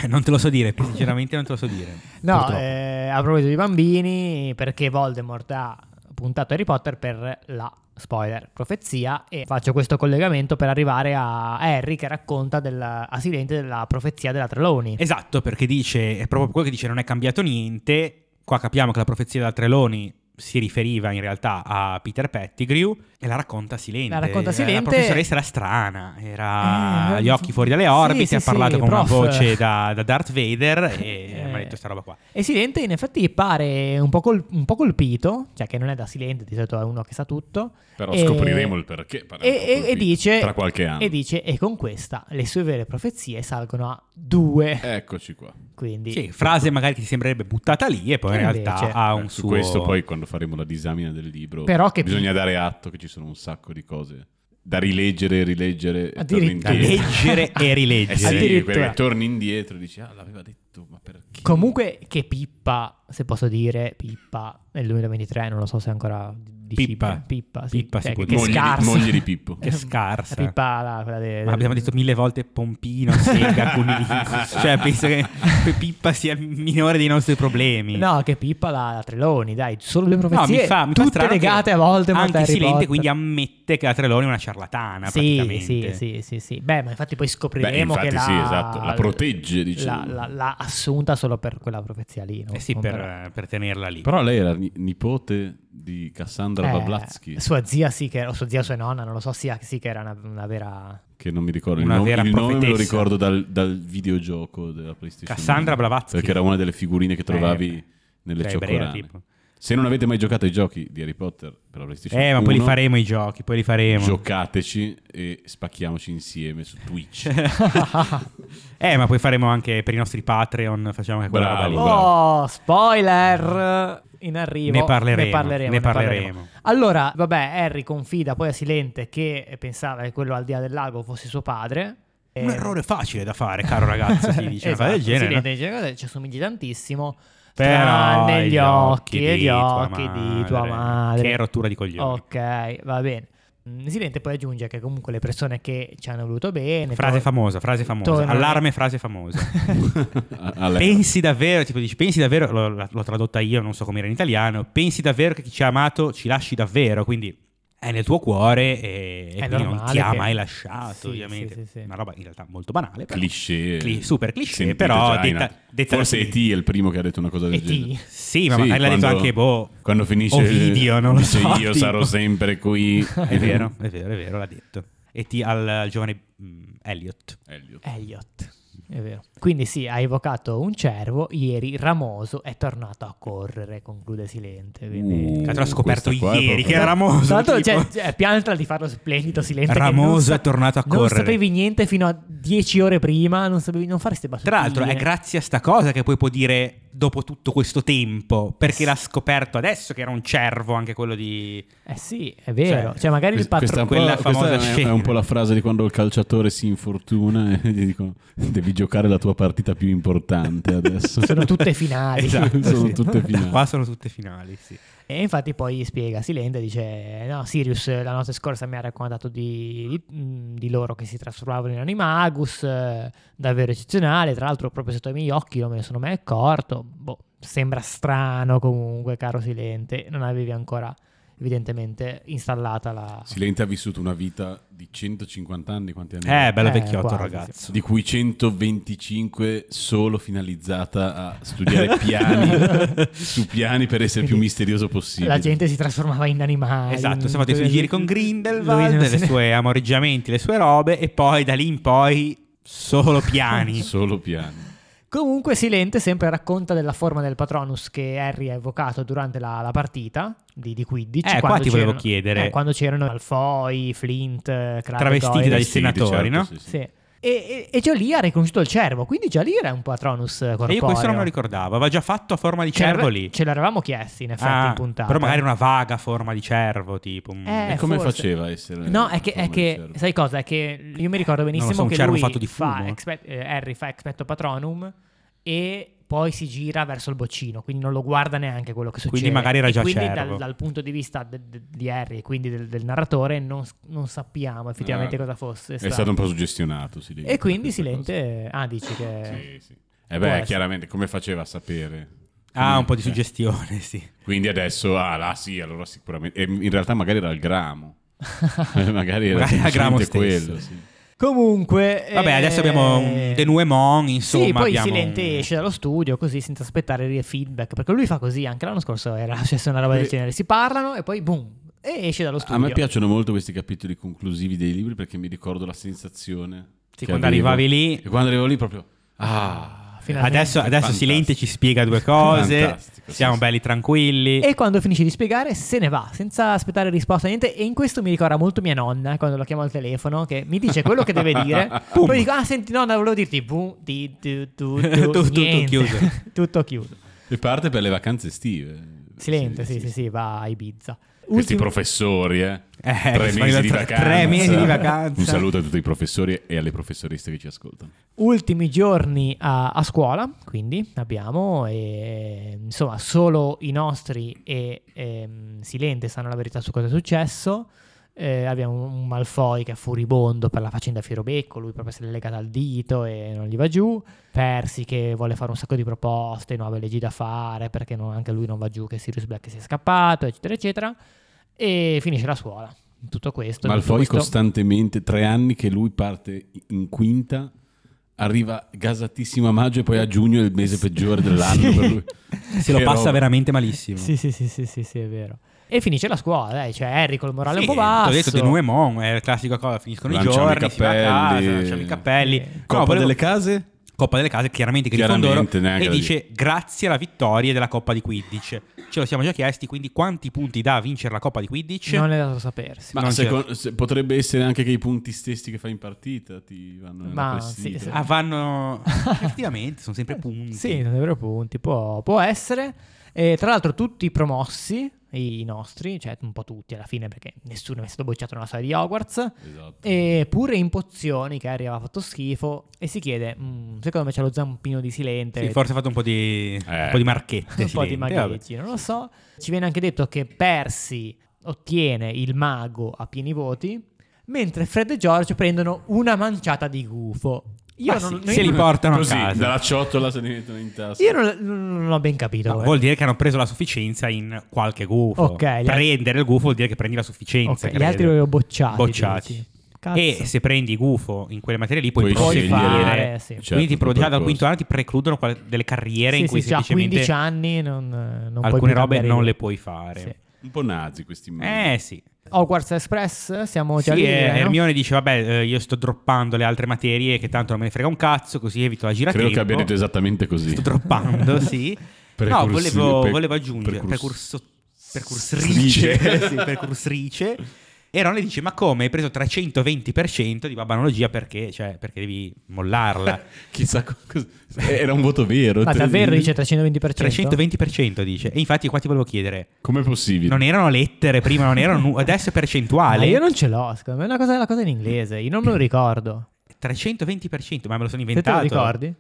Eh, Non te lo so dire, sinceramente non te lo so dire. No, purtroppo. eh, a proposito di bambini, perché Voldemort ha puntato Harry Potter per la spoiler profezia e faccio questo collegamento per arrivare a Harry che racconta della, a Silente della profezia della Trelawney. Esatto, perché dice, è proprio quello che dice, non è cambiato niente. Qua capiamo che la profezia della Treloni si riferiva in realtà a Peter Pettigrew e la racconta Silente. Eh, La racconta La Silente- professoressa era strana, era Eh, gli occhi fuori dalle sì, orbite, sì, ha sì, parlato con prof. una voce da, da Darth Vader e Eh. mi ha detto sta roba qua. E Silente in effetti pare un po', col- un po' colpito, cioè che non è da Silente, di solito è uno che sa tutto. Però E- scopriremo il perché. E, parliamo e- proprio e qui, dice, Tra qualche anno. E dice, e con questa le sue vere profezie salgono a due. Eccoci qua. Quindi Eh, Sì, frase magari che ti sembrerebbe buttata lì e poi in Che realtà invece- ha un Eh, su suo... questo poi quando faremo la disamina del libro Però che- bisogna dare atto che ci sono un sacco di cose da rileggere, rileggere, e torni Addirittura. da indietro. (laughs) leggere e Eh sì, rileggere. Addirittura. perché torni indietro e dici ah l'aveva detto. detto, ma perché? Comunque, che pippa, se posso dire, pippa nel 2023, non lo so se è ancora dicibile. Pippa. Pippa, sì. Pippa si Cioè, può che, dire. che moglie, di, scarsa. (laughs) moglie di Pippo. Che scarsa. La pippa, là, quella de- Ma abbiamo detto mille volte pompino, (laughs) sega, cunnilingus. cioè penso che Pippa sia il minore dei nostri problemi. No, che pippa la, la Treloni, dai, solo le No, profezie, mi fa, mi fa tutte strano che legate a volte anche a Harry Silente Potter. quindi ammette che la Treloni è una ciarlatana sì, sì, praticamente. sì, sì, sì. Beh, ma infatti poi Beh, scopriremo infatti che la, sì, esatto, la protegge, la- diciamo. la- l'ha assunta solo per quella profezia lì. no? Eh sì, Non per, per tenerla lì. Però lei era ni- nipote di Cassandra Eh, Bablatsky, Sua zia sì che o sua zia o sua nonna, non lo so, sia, sì che era una, una vera... che non mi ricordo il una nome, vera il nome me lo profetessa. ricordo dal, dal videogioco della PlayStation. Cassandra Blavatsky. Perché era una delle figurine che trovavi Eh, nelle cioè, cioccolane. ebrea, tipo. Se non avete mai giocato ai giochi di Harry Potter per la PlayStation Eh, ma poi li 1, faremo i giochi, poi li faremo. Giocateci e spacchiamoci insieme su (laughs) Twitch. Cioè. eh, ma poi faremo anche per i nostri Patreon, facciamo anche quella Bravo, roba lì. bravo. Oh, spoiler! In arrivo. Ne parleremo, parleremo, ne ne parleremo. parleremo. Allora, vabbè, Harry confida poi a Silente che pensava che quello al di là del lago fosse suo padre. Un Eh, errore facile da fare, caro ragazzo, (laughs) si (laughs) dice. una cosa Esatto, del genere, sì, no? dentro dice, "Guarda, ci assomigli tantissimo. Però tranne gli gli occhi occhi e di gli tua occhi di madre. tua madre. Che rottura di coglioni. Ok, va bene. Mm, Silente poi aggiunge che comunque le persone che ci hanno voluto bene. Frase tor- famosa, frase famosa. tornano- Allarme, frase (laughs) famosa. A- alla- pensi davvero, tipo dici, pensi davvero, l'ho, la- l'ho tradotta io, non so com'era in italiano, pensi davvero che chi ci ha amato ci lasci davvero, quindi è nel tuo cuore e, e È quindi non normale ti ha che- mai lasciato, Sì, ovviamente. sì, sì, sì. Una roba in realtà molto banale. però- cliché. Cli- super cliché, Sentite però già in- detta- detta Forse da- E.T. è il primo che ha detto una cosa del E.T.. genere. Sì, ma Sì, magari l'ha detto quando- anche boh. Quando finisce Ovidio, non lo (laughs) dice, so, Io tipo. sarò sempre qui. (laughs) È vero, è vero, è vero, l'ha detto. E ti al, al giovane mm, Elliot. Elliot. Eh, Elliot. Eh, È vero. Quindi sì, ha evocato un cervo, ieri Ramoso è tornato a correre, conclude Silente. Quindi... Uh, Tra l'altro l'ho scoperto questa qua è ieri proprio- che era Ramoso. Tra l'altro, tipo. cioè, cioè, piantala di farlo splendido Silente. che Ramoso non sa- è tornato a Non correre. sapevi niente fino a 10 ore prima, non sapevi non fare queste battute. Tra l'altro è grazie a sta cosa che poi può dire dopo tutto questo tempo, perché l'ha scoperto adesso che era un cervo anche quello di... Eh sì, è vero. Cioè, magari il patron... Questa, questa, un po'- quella questa famosa è- è, scena. un po' la frase di quando il calciatore si infortuna e gli dicono devi giocare la tua partita più importante (laughs) adesso. Sono tutte finali. Esatto, Sono sì. tutte Da finali. Qua sono tutte finali, sì. E infatti poi spiega Silente, dice, no, Sirius la notte scorsa mi ha raccontato di, di- mh, di loro che si trasformavano in animagus, eh, davvero eccezionale, tra l'altro proprio sotto i miei occhi non me ne sono mai accorto, boh, sembra strano comunque, caro Silente, non avevi ancora evidentemente installata la... Silente ha vissuto una vita di 150 anni, quanti anni? ha? Eh, bello Eh, vecchiotto quasi, ragazzo. di cui 125 solo finalizzata a (laughs) studiare piani su piani per essere più Quindi misterioso possibile. La gente si trasformava in animali. Esatto, si è in- fatto i suoi giri con Lui Grindelwald, non se le ne- sue amoreggiamenti, le sue robe, e poi da lì in poi solo (laughs) piani. Solo piani. Comunque Silente sempre racconta della forma del Patronus che Harry ha evocato durante la, la partita di, di Quidditch. Eh, qua quando ti volevo c'erano- chiedere. eh, quando c'erano Malfoy, Flint, Crabbe, Travestiti Goyle. dai Sì, di senatori, certo, no? sì, sì. Sì. E, e- e già lì ha riconosciuto il cervo, quindi già lì era un Patronus corporeo. E io questo non me lo ricordavo, aveva già fatto a forma di Ce l'ave- cervo lì. Ce l'eravamo chiesti in effetti Ah, in puntata. Però magari una vaga forma di cervo, tipo. un- Eh, e come forse. faceva a Eh, essere? No, è che, come è che- serve? sai cosa? È che io mi ricordo benissimo so, un che cervo lui fatto di fa fumo. expect- eh, Harry fa expecto patronum e poi si gira verso il boccino, quindi non lo guarda neanche quello che succede. Quindi magari era E già quindi dal- cervo. dal punto di vista de- de- di Harry e quindi del, del narratore non, non sappiamo effettivamente Ah, cosa fosse. È stato. stato un po' suggestionato, Silente. E quindi questa cosa. Silente... Ah, dici che... Sì, sì. Eh Può beh, essere. chiaramente come faceva a sapere? Ah, un po' di Cioè, suggestione, (laughs) sì. Quindi adesso, ah, là sì, allora sicuramente. E in realtà magari era il gramo. (laughs) (laughs) magari era Magari era il gramo semplicemente stesso. quello. sì. Comunque... eh, Vabbè, adesso abbiamo un denouement, insomma. sì, poi abbiamo Silente un- esce dallo studio così senza aspettare il feedback, perché lui fa così, anche l'anno scorso era (laughs) successa una roba del Eh. genere, si parlano e poi boom, e esce dallo A studio. me piacciono molto questi capitoli conclusivi dei libri perché mi ricordo la sensazione. Sì, che quando avevo. arrivavi lì- E quando arrivavo lì proprio... Ah, Finalmente. Adesso, adesso Fantastico. Silente ci spiega due cose. Fantastico, sì, Siamo sì. belli tranquilli. E quando finisce di spiegare se ne va, senza aspettare risposta niente, e in questo mi ricorda molto mia nonna, quando la chiamo al telefono, che mi dice quello che deve (laughs) dire, Boom. poi dico, ah senti nonna, volevo dirti, boom, di, tu, tu, (laughs) tu, Tutto- tutto niente. chiuso. (laughs) tutto chiuso. E parte per le vacanze estive. Silente, sì, sì, sì, va a Ibiza. Questi Ultimo- professori, eh. Eh, Tre si mesi, fanno di tre- vacanza. tre mesi di vacanza. Un saluto a tutti i professori e alle professoriste che ci ascoltano. Ultimi giorni a, a scuola, quindi abbiamo, e, insomma, solo i nostri e ehm, Silente sanno la verità su cosa è successo. Eh, abbiamo un Malfoy che è furibondo per la faccenda Firobecco, lui proprio se l'è legata al dito e non gli va giù. Persi che vuole fare un sacco di proposte, nuove leggi da fare perché non- anche lui non va giù, che Sirius Black si è scappato, eccetera, eccetera. E finisce la scuola. Tutto questo. tutto Malfoy questo- costantemente, tre anni che lui parte in quinta, arriva gasatissimo a maggio e poi a giugno è il mese peggiore dell'anno Sì. per lui. (laughs) Se lo Che passa roba. veramente malissimo. Sì, sì, sì, sì, sì, sì, è vero. E finisce la scuola, dai, cioè Harry col morale Sì, un po' basso. T'ho detto di Nuemon, è la classica cosa, finiscono Lanciamo i i giorni, si va a casa, cappelli. lanciamo i cappelli. Sì. No, Coppa volevo- delle case? Coppa delle Case, chiaramente Chiaramente, Grifondoro, neanche e da dice grazie alla vittoria della Coppa di Quidditch. Ce lo siamo già chiesti, quindi quanti punti dà a vincere la Coppa di Quidditch? Non è dato sapersi. Ma Non secondo- se- potrebbe essere anche che i punti stessi che fai in partita ti vanno nella Ma classifica. sì, sì. (laughs) Ah, vanno... Effettivamente, sono sempre punti. Sì, non avrebbero punti, può, può essere. E tra l'altro tutti i promossi, i nostri, cioè un po' tutti alla fine perché nessuno è stato bocciato nella storia di Hogwarts, Esatto. e pure in pozioni che Harry aveva fatto schifo e si chiede, "Mm, secondo me c'è lo zampino di Silente, Sì, forse ha fatto un po' di, Eh. un po' di marchette. eh, (laughs) un po' di silente, Eh, vabbè. magheggi, non lo so. Ci viene anche detto che Percy ottiene il mago a pieni voti, mentre Fred e George prendono una manciata di gufo. Io Ma non, Ah, sì, non- se li portano Così, a casa. dalla ciotola se ne mettono in tasca. io non, non l'ho ben capito. No, eh. vuol dire che hanno preso la sufficienza in qualche gufo. Ok, gli altri- Prendere il gufo vuol dire che prendi la Ok, sufficienza. gli credo. altri li ho bocciati. Bocciati. Eh, dici. Cazzo. E se prendi gufo in quelle materie lì puoi, Puoi puoi proseguire. scegliere. fare, Eh, sì. Certo, Quindi ti tutto il già dal percorso. quinto anno ti precludono qual- delle carriere Sì, in cui sì, sì, a semplicemente 15 anni non, non puoi alcune più robe cambiare non idea. le puoi fare. Sì. Un po' nazi questi Eh sì. Hogwarts Express, siamo già Sì, lì. eh, eh, no? Hermione dice vabbè eh, io sto droppando le altre materie che tanto non me ne frega un cazzo così evito la giratina. Credo che abbia detto esatto. esattamente così. Sto droppando, (laughs) sì. No, Precursi- volevo, pe- volevo aggiungere precurs- percorso- percursrice. Srice. (laughs) sì, percursrice. E Ron le dice: Ma come? Hai preso 320% di babbanologia perché? Cioè, perché devi mollarla. Chissà co- cos- eh, era un voto vero. Ma Te- Ah, davvero dice 320%? 320% dice. E infatti, qua ti volevo chiedere: Com'è possibile? non erano lettere prima, non erano (laughs) nu- adesso è Ma percentuale. Ah, io non ce l'ho, secondo me è una cosa, una cosa in inglese, io non me lo ricordo. 320%, ma me lo sono Te te inventato. lo ricordi?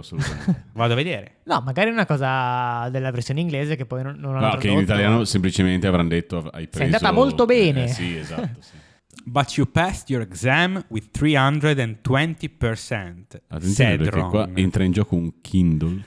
(laughs) assolutamente. Vado a vedere. No, magari è una cosa della versione inglese che poi non, non hanno no, che in tradotto. (laughs) italiano semplicemente avranno detto av- hai preso... Sei andata molto bene. Eh, sì, esatto. sì. But you passed your exam with 320%. Attenzione said perché Ron. qua entra in gioco un Kindle.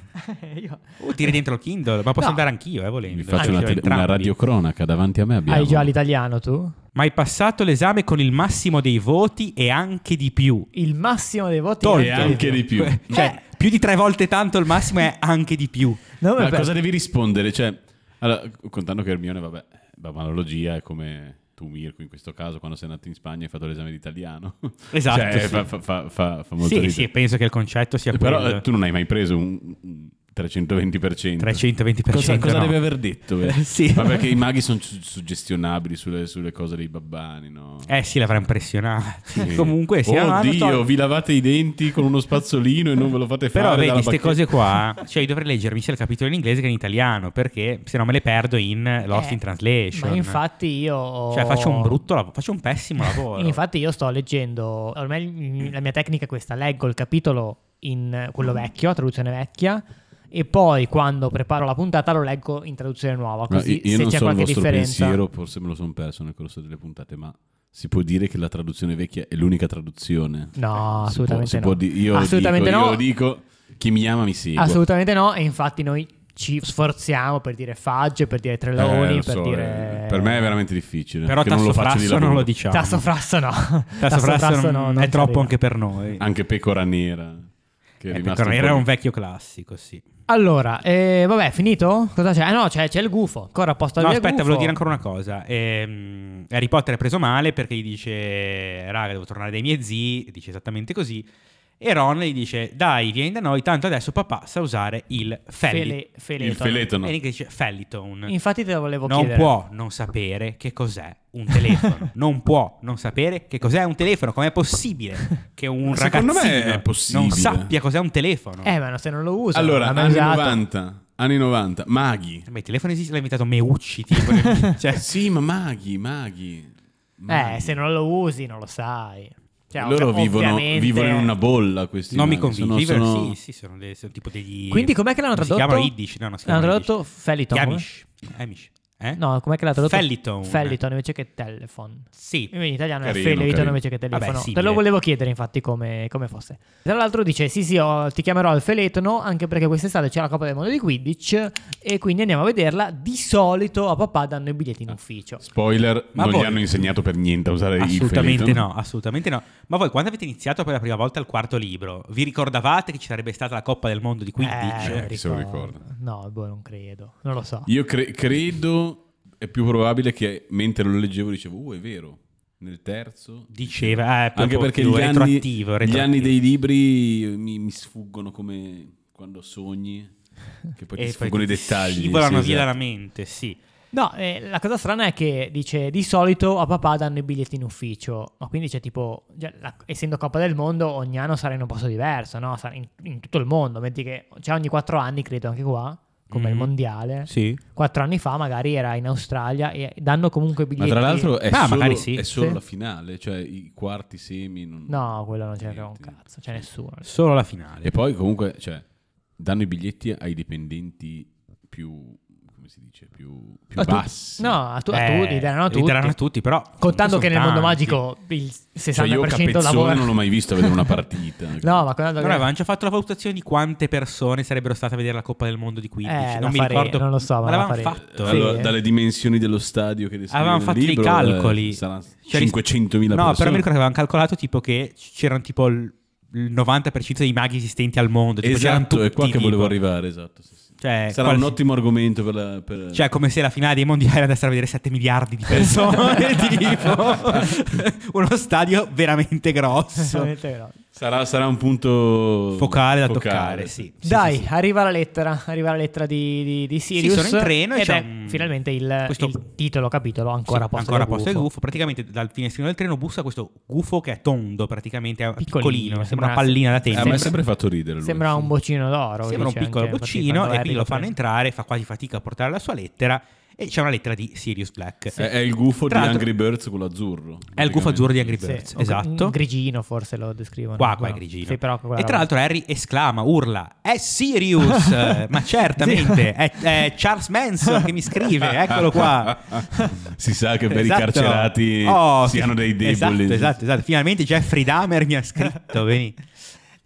Io- Oh, tiri dentro il Kindle, ma posso No. andare anch'io, eh, volendo. Vi faccio Anch'io, una, te- entrambi. una radiocronaca davanti a me. Abbiamo... Hai già l'italiano tu? Ma hai passato l'esame con il massimo dei voti e anche di più. Il massimo dei voti Tolto. è E anche di più. (laughs) Cioè, più di tre volte tanto il massimo è anche di più. No, Ma per- cosa devi rispondere? Cioè, allora, contando che Hermione, vabbè, l'analogia è come tu, Mirko, in questo caso, quando sei nato in Spagna e hai fatto l'esame di italiano. Esatto, Cioè, sì. fa, fa- fa- fa- fa molto Sì, ridere. sì, penso che il concetto sia Però quello. eh, tu non hai mai preso un, un 320%. 320%. Cosa, cosa no. deve aver (laughs) detto? eh? Sì. Ma perché i maghi sono su- suggestionabili sulle, sulle cose dei babbani, no? Eh sì, l'avranno impressionato. (laughs) Sì. Comunque, sì, ah, no, no, Oddio, no, vi lavate i denti con uno spazzolino e non ve lo fate fare Però vedi, dalla queste cose bacchetta. qua, cioè io dovrei leggermi sia il capitolo in inglese che in italiano, perché se no me le perdo in Lost eh, in Translation. Ma infatti io... ho- Cioè faccio un brutto lavoro, faccio (laughs) un pessimo lavoro. Infatti io sto leggendo, ormai il- la mia tecnica è questa, leggo il capitolo in eh, quello vecchio, traduzione vecchia, e poi quando preparo la puntata lo leggo in traduzione nuova, Ma così io- io se non c'è so il qualche vostro differenza... pensiero, forse me lo sono perso nel corso delle puntate, ma si può dire che la traduzione vecchia è l'unica traduzione? No, Si assolutamente può- si può no. di- io Assolutamente dico, no. Io lo dico, chi mi ama mi segue. Assolutamente no, e infatti noi ci sforziamo per dire Fagge, per dire Eh, Treloni, lo per so, dire... eh, per me è veramente difficile. Però che non tasso lo faccio di frasso non lavoro. lo diciamo. Tasso frasso no. (laughs) Tasso Frasso non- non è ci troppo arriva. anche per noi. Anche Pecora Nera, che è Eh, rimasto perché un era po' un di- vecchio classico, sì. Allora, eh, vabbè, finito? Cosa c'è? Ah no, c'è, c'è il gufo. Ancora apposta No, via aspetta, gufo. volevo dire ancora una cosa. Ehm, Harry Potter è preso male perché gli dice: Raga, devo tornare dai miei zii. Dice esattamente così. E Ron gli dice: Dai, vieni da noi. Tanto adesso papà sa usare il felli. Fele- feleto. Il feleto, no. E in inglese dice Fellitone. Infatti te lo volevo non chiedere. può non sapere che cos'è (laughs) un telefono. non può non sapere che cos'è un telefono. Com'è possibile che un Secondo me ragazzino è non possibile. sappia cos'è un telefono? Eh, ma no, se non lo usa. Allora, l'ha anni usato. 90, anni 90, maghi. (laughs) Eh, Beh, il telefono esiste, l'ha inventato Meucci, tipo. nel- cioè, Sì, ma maghi, maghi. Mai. Eh, se non lo usi non lo sai. Cioè, loro ovvia- vivono, ovviamente- vivono in una bolla questi non mi nani, convinci. sono- Vivere- sono- Sì, sì, sono, dei, sono tipo degli. Quindi com'è che l'hanno come tradotto? Si chiamano Yiddish? No, non si L'hanno chiamano tradotto Yiddish. Feliton. Gli Amish. Amish. Eh? No, com'è che l'ha tradotto? Fellitone. Fellitone invece che telephone. Sì. In italiano Carino, è Feliton carino. invece che telefono. Vabbè, Te simile. lo volevo chiedere infatti come, come fosse. Tra l'altro dice sì sì ho- ti chiamerò al Feletono anche perché quest'estate c'è la Coppa del Mondo di Quidditch e quindi andiamo a vederla. Di solito a papà danno i biglietti in ufficio. Spoiler, Ma non voi- gli hanno insegnato per niente a usare il Assolutamente Feliton. no, assolutamente no. Ma voi quando avete iniziato per la prima volta il quarto libro, vi ricordavate che ci sarebbe stata la Coppa del Mondo di Quidditch? Cioè, Eh, non chi se lo ricordo. ricorda. No, boh, non credo. Non lo so. Io cre- credo, è più probabile che mentre lo leggevo dicevo, uh è vero, nel terzo... Diceva, eh, Anche proprio perché più gli anni, retroattivo, gli retroattivo. anni dei libri mi, mi sfuggono come quando sogni, che poi ti sfuggono i ti dettagli. Scivolano sì, via esatto. dalla mente, sì. No, eh, la cosa strana è che dice di solito a papà danno i biglietti in ufficio, ma quindi c'è tipo, già la- essendo Coppa del Mondo, ogni anno sarà in un posto diverso, no? Sarà in, in tutto il mondo, metti che c'è ogni quattro anni, credo anche qua, come il Mhm. mondiale. Sì. Quattro anni fa magari era in Australia e danno comunque i Ma biglietti. tra l'altro è Ah, solo, magari sì. è solo Sì. la finale, cioè i quarti semi. non- No, quello non c'era un Niente. cazzo, c'è nessuno. Solo la finale. E poi comunque cioè, danno i biglietti ai dipendenti più, come si dice, più, più A tu- bassi. Cioè, No, a, tu, a Eh, tutti, li daranno a Li tutti. daranno a tutti, però... Contando sono che nel mondo tanti. magico il 60% Cioè, io lavora... Capezzone non l'ho mai visto a vedere una partita. No, ma contando Allora, che... avevamo già fatto la valutazione di quante persone sarebbero state a vedere la Coppa del Mondo di 15. Eh, la non mi farei- ricordo. non lo so, ma la l'avevamo farei. fatto. Sì. Allora, dalle dimensioni dello stadio che descrive Avevamo nel fatto libro, i eh, calcoli. saranno Cioè, ris- 500.000 persone. No, però mi ricordo che avevamo calcolato tipo che c- c'erano tipo il il 90% dei maghi esistenti al mondo. Tipo, c'erano Esatto, è tutti, qua che volevo tipo. arrivare. Esatto, sì, sì. Cioè, Sarà qualsi- un ottimo argomento per la. per- Cioè, come se la finale dei mondiali andassero a vedere 7 miliardi di (laughs) persone, (laughs) tipo uno stadio veramente grosso. (laughs) Assolutamente no. sarà, sarà un punto Focale da focale, Eh, toccare, sì. Sì, Dai, sì, sì. arriva la lettera, arriva la lettera di, di, di Sirius. Sì, sono in treno e ed c'è è un- finalmente il, questo- il titolo, capitolo, ancora a Sì, posto ancora del posto del gufo. gufo. Praticamente dal finestrino del treno bussa questo gufo che è tondo, praticamente è piccolino, Piccolino, sembra una sembra- pallina da Eh, tennis. a me ha sempre fatto ridere. Lui. Sembra un boccino d'oro. Sembra un dice piccolo anche, infatti, boccino quando e Harry quindi lo fanno prende. entrare, fa quasi fatica a portare la sua lettera e c'è una lettera di Sirius Black. È, è il gufo Tra di l'altro- Angry Birds, quello azzurro. È il gufo azzurro di Angry Sì, Birds, o esatto. un grigino forse lo descrivono. Qua, qua è No. grigino. Sì, però quella e tra roba- l'altro Harry esclama, urla, è Sirius, (laughs) Eh, ma certamente, è, è Charles Manson che mi scrive, eccolo qua. (laughs) si sa che per Esatto. i carcerati Oh, siano sì, dei deboli. Esatto, esatto, esatto. Finalmente Jeffrey Dahmer mi ha (laughs) scritto, veni.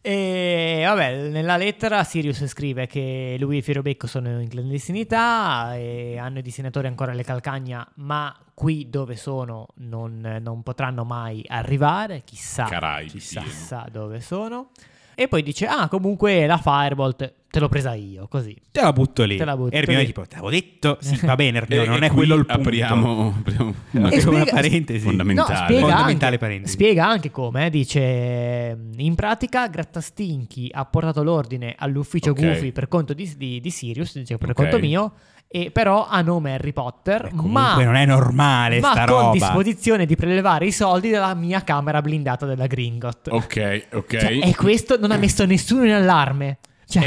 E vabbè, nella lettera Sirius scrive che lui e Fierobecco sono in clandestinità e hanno i disegnatori ancora le calcagna, ma qui dove sono non, non potranno mai arrivare, chissà, Carai, chissà, pieno. chissà dove sono. E poi dice, ah comunque la Firebolt te l'ho presa io, così. Te la butto lì. Te la butto Ermione lì. tipo, te l'avevo detto, sì, va bene Ermione, E- non e è qui quello il punto. Esatto. Apriamo, (laughs) apriamo una Anche E come una spiega- parentesi. fondamentale. No, spiega Fondamentale anche, parentesi. Spiega anche come, eh, dice in pratica Grattastinchi ha portato l'ordine all'ufficio Ok. Goofy per conto di, di- di Sirius, dice per Ok. conto mio, e però a nome Harry Potter, Beh, ma, comunque non è normale ma sta con roba. disposizione di prelevare i soldi dalla mia camera blindata della Gringot. Ok, ok. Cioè, e questo non ha messo nessuno in allarme. Cioè-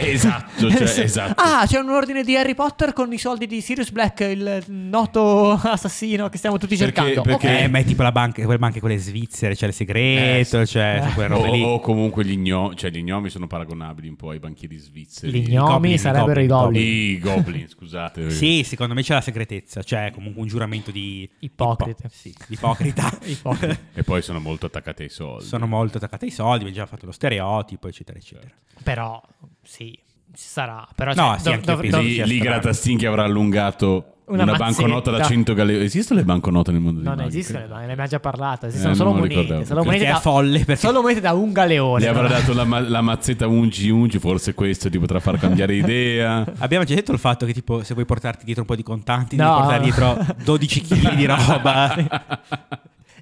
(laughs) Esatto, cioè, Nessuno- esatto. Ah, c'è un ordine di Harry Potter con i soldi di Sirius Black, il noto assassino che stiamo tutti Perché- cercando. perché- Ok. Eh, ma è tipo la banca, quelle banche quelle svizzere, c'è il segreto, Eh, c'è Eh. quelle O, robe lì. o comunque gli gnomi, cioè gli gnomi sono paragonabili un po' ai banchieri svizzeri. Gli gnomi goblin, sarebbero i i goblin, goblin. I goblin, scusate. Sì, secondo me c'è la segretezza, cioè comunque un giuramento di Ipocrite. ipo- sì, di ipocrita. (laughs) Ipocrite. E poi sono molto attaccati ai soldi. Sono molto attaccati ai soldi, abbiamo già fatto lo stereotipo, eccetera, eccetera. Però sì, ci sarà. Però cioè, No, sì, dov- anche io dov- penso dov- sì. Lì, lì Grattastinchi avrà allungato Una una, mazzetta. banconota da 100 galloni. Esistono le banconote nel mondo dei non maghi? esistono, Credo. ne abbiamo già parlato. Esistono Eh, solo non me lo monete. ricordavo, Solo ok. monete, Perché da, è folle, perché- solo monete da un galeone. Gli avrà no? dato la, ma- la mazzetta ungi ungi, forse questo ti potrà far cambiare (laughs) idea. Abbiamo già detto il fatto che tipo se vuoi portarti dietro un po' di contanti No. devi portare dietro (laughs) 12 kg di roba.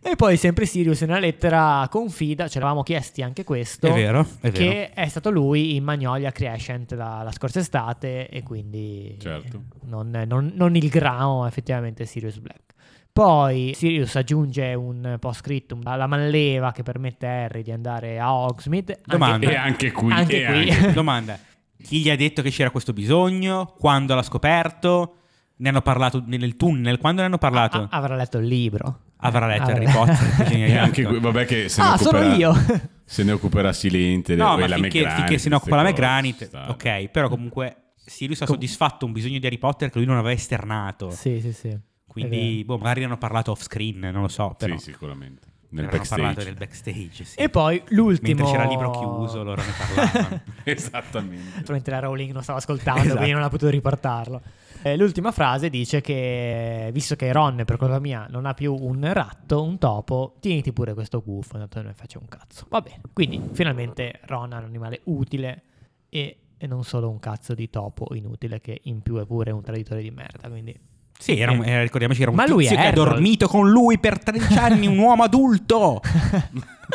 E poi sempre Sirius nella lettera confida, ce l'avevamo chiesti anche questo. È vero, è che vero. è stato lui in Magnolia Crescent la, la scorsa estate e quindi Certo. non, non- non il grano effettivamente Sirius Black. Poi Sirius aggiunge un post scriptum alla manleva che permette a Harry di andare a Hogsmeade. Anche- Domanda. E anche qui. Anche e qui. (laughs) (laughs) anche- Domanda. Chi gli ha detto che c'era questo bisogno? Quando l'ha scoperto? Ne hanno parlato nel tunnel. Quando ne hanno parlato? Ah, avrà letto il libro. Avrà letto avrà Harry letto. (laughs) Potter. quindi- (laughs) E anche que- vabbè che se ne Ah, sono occuperà, io. Se ne occuperà Silente No, e ma la finché, finché Megranit, se ne queste occupa la cose, McGranit, sta- ok, però comunque Sirius ha soddisfatto un bisogno di Harry Potter che lui non aveva esternato. sì, sì, sì. Quindi, boh, magari ne hanno parlato off screen, non lo so. Però. Sì, sicuramente. Nel Ne hanno parlato backstage. del backstage, sì. E poi l'ultimo... Mentre c'era il libro chiuso, loro ne (laughs) parlavano. (laughs) Esattamente. (laughs) Probabilmente la Rowling non stava ascoltando, Esatto. quindi non ha potuto riportarlo. Eh, l'ultima frase dice che, visto che Ron, per colpa mia, non ha più un ratto, un topo, tieniti pure questo gufo, tanto non ne faccio un cazzo. Va bene, quindi finalmente Ron è un animale utile e, e non solo un cazzo di topo inutile che in più è pure un traditore di merda, quindi... sì, era un- Eh. eh, ricordiamoci, era un Ma lui tizio è che ha Harold. dormito con lui per 13 anni, un (laughs) uomo adulto!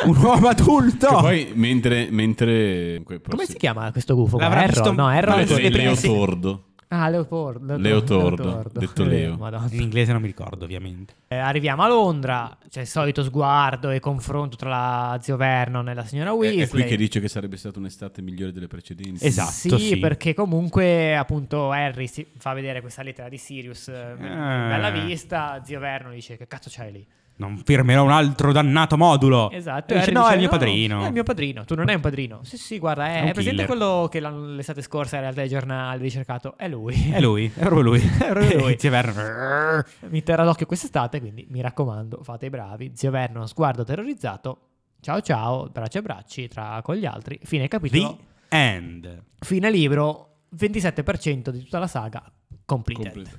un uomo adulto! Che poi mentre... mentre Come si chiama questo gufo? qua? L'avrà Errol? visto- No, Errol l'avrà è visto quello in che- Leo- sì. Leotordo. Ah, Leopoldo. Leotordo, detto Leo. Madonna. In inglese non mi ricordo, ovviamente. Eh, arriviamo a Londra, c'è il solito sguardo e confronto tra la zio Vernon e la signora È, Weasley. è qui che dice che sarebbe stata un'estate migliore delle precedenti. Esatto. Sì, sì. perché comunque appunto Harry si fa vedere questa lettera di Sirius eh, bella vista, zio Vernon dice che cazzo c'hai lì? Non firmerò un altro dannato modulo. Esatto, E e dice, Harry Oh. Eh, no, dice, è il mio padrino. È il mio padrino, tu non hai un padrino. Sì, sì, guarda, È è, un è presente killer. quello che l'anno- l'estate scorsa in realtà ai giornali ricercato, è lui. È lui, è proprio (laughs) lui. È proprio lui. Zio Vernon. Mi terrà d'occhio quest'estate, quindi mi raccomando, fate i bravi. Zio Vernon, sguardo terrorizzato. Ciao ciao, braccia e bracci tra con gli altri. Fine capitolo. The End. Fine libro, 27% di tutta la saga completed. Completato.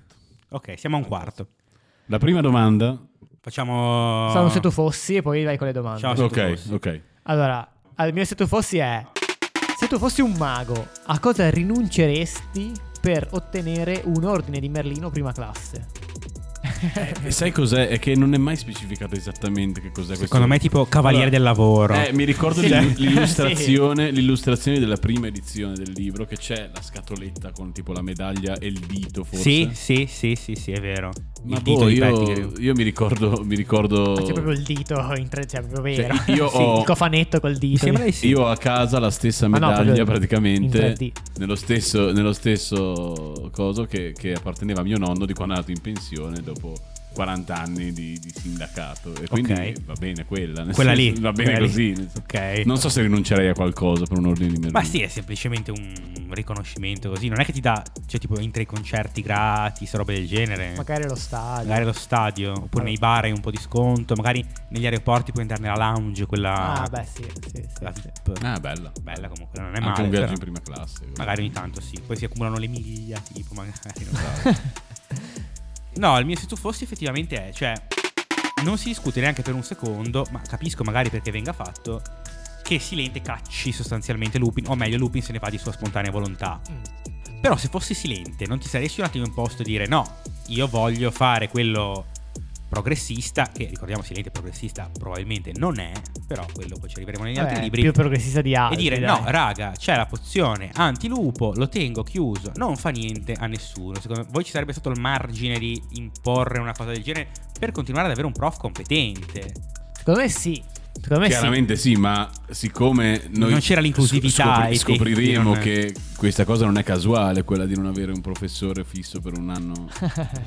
Ok, siamo a un quarto. La prima domanda... Facciamo... Sono se tu fossi e poi vai con le domande. Ah. Ciao. Ah, se tu Ok, fossi. ok. Allora, al mio se tu fossi è se tu fossi un mago, a cosa rinunceresti per ottenere un ordine di Merlino prima classe? E sai cos'è? È che non è mai specificato esattamente che cos'è questo. Secondo me è tipo Cavaliere Allora, del Lavoro. Eh, mi ricordo Sì. (laughs) l'illu- l'illustrazione, l'illustrazione della prima edizione del libro che c'è la scatoletta con tipo la medaglia e il dito forse. Sì, sì, sì, sì, sì, è vero. Ma il dito boh, di io, Pettigrew. io mi ricordo, mi ricordo Oh. C'è proprio il dito, in tre- cioè proprio Cioè, vero. io Sì, ho- il cofanetto col Mi dito. sembra di Eh sì. Ah, io ho a casa la stessa Ma no, medaglia proprio in praticamente 3D. nello stesso, nello stesso coso che, che apparteneva a mio nonno di quando è andato in pensione dopo 40 anni di, di sindacato. E quindi Ok. va bene quella. nel Quella senso, lì, Va bene quella lì. così. nel senso. Ok. Non so se rinuncerei a qualcosa per un ordine di merito. Ma sì, è semplicemente un riconoscimento così. Non è che ti dà, cioè, tipo, entri ai concerti gratis, robe del genere. Magari lo stadio. Magari allo stadio, oppure nei bar hai un po' di sconto. Magari negli aeroporti puoi entrare nella lounge, quella. Ah, beh, sì, sì, sì. la VIP. Ah, bella. Bella comunque, non è Anche male. un viaggio però. in prima classe. Magari ogni tanto sì, poi si accumulano le miglia, tipo magari. (laughs) Non so. no, il mio se tu fossi effettivamente è, cioè, non si discute neanche per un secondo, ma capisco magari perché venga fatto, che Silente cacci sostanzialmente Lupin, o meglio Lupin se ne va di sua spontanea volontà. Mm. Però se fossi Silente non ti saresti un attimo imposto a dire no, io voglio fare quello progressista, che ricordiamo Silente progressista probabilmente non è, però quello poi ci arriveremo negli altri Vabbè, libri Più progressista di altri. e dire Ah, dai. no raga c'è la pozione antilupo lo tengo chiuso non fa niente a nessuno secondo voi ci sarebbe stato il margine di imporre una cosa del genere per continuare ad avere un prof competente Secondo me sì. Secondo me sì. Chiaramente sì, ma siccome noi Eh Non c'era l'inclusività scopri- ai tempi, scopriremo non- che questa cosa non è casuale, quella di non avere un professore fisso per un (laughs) anno,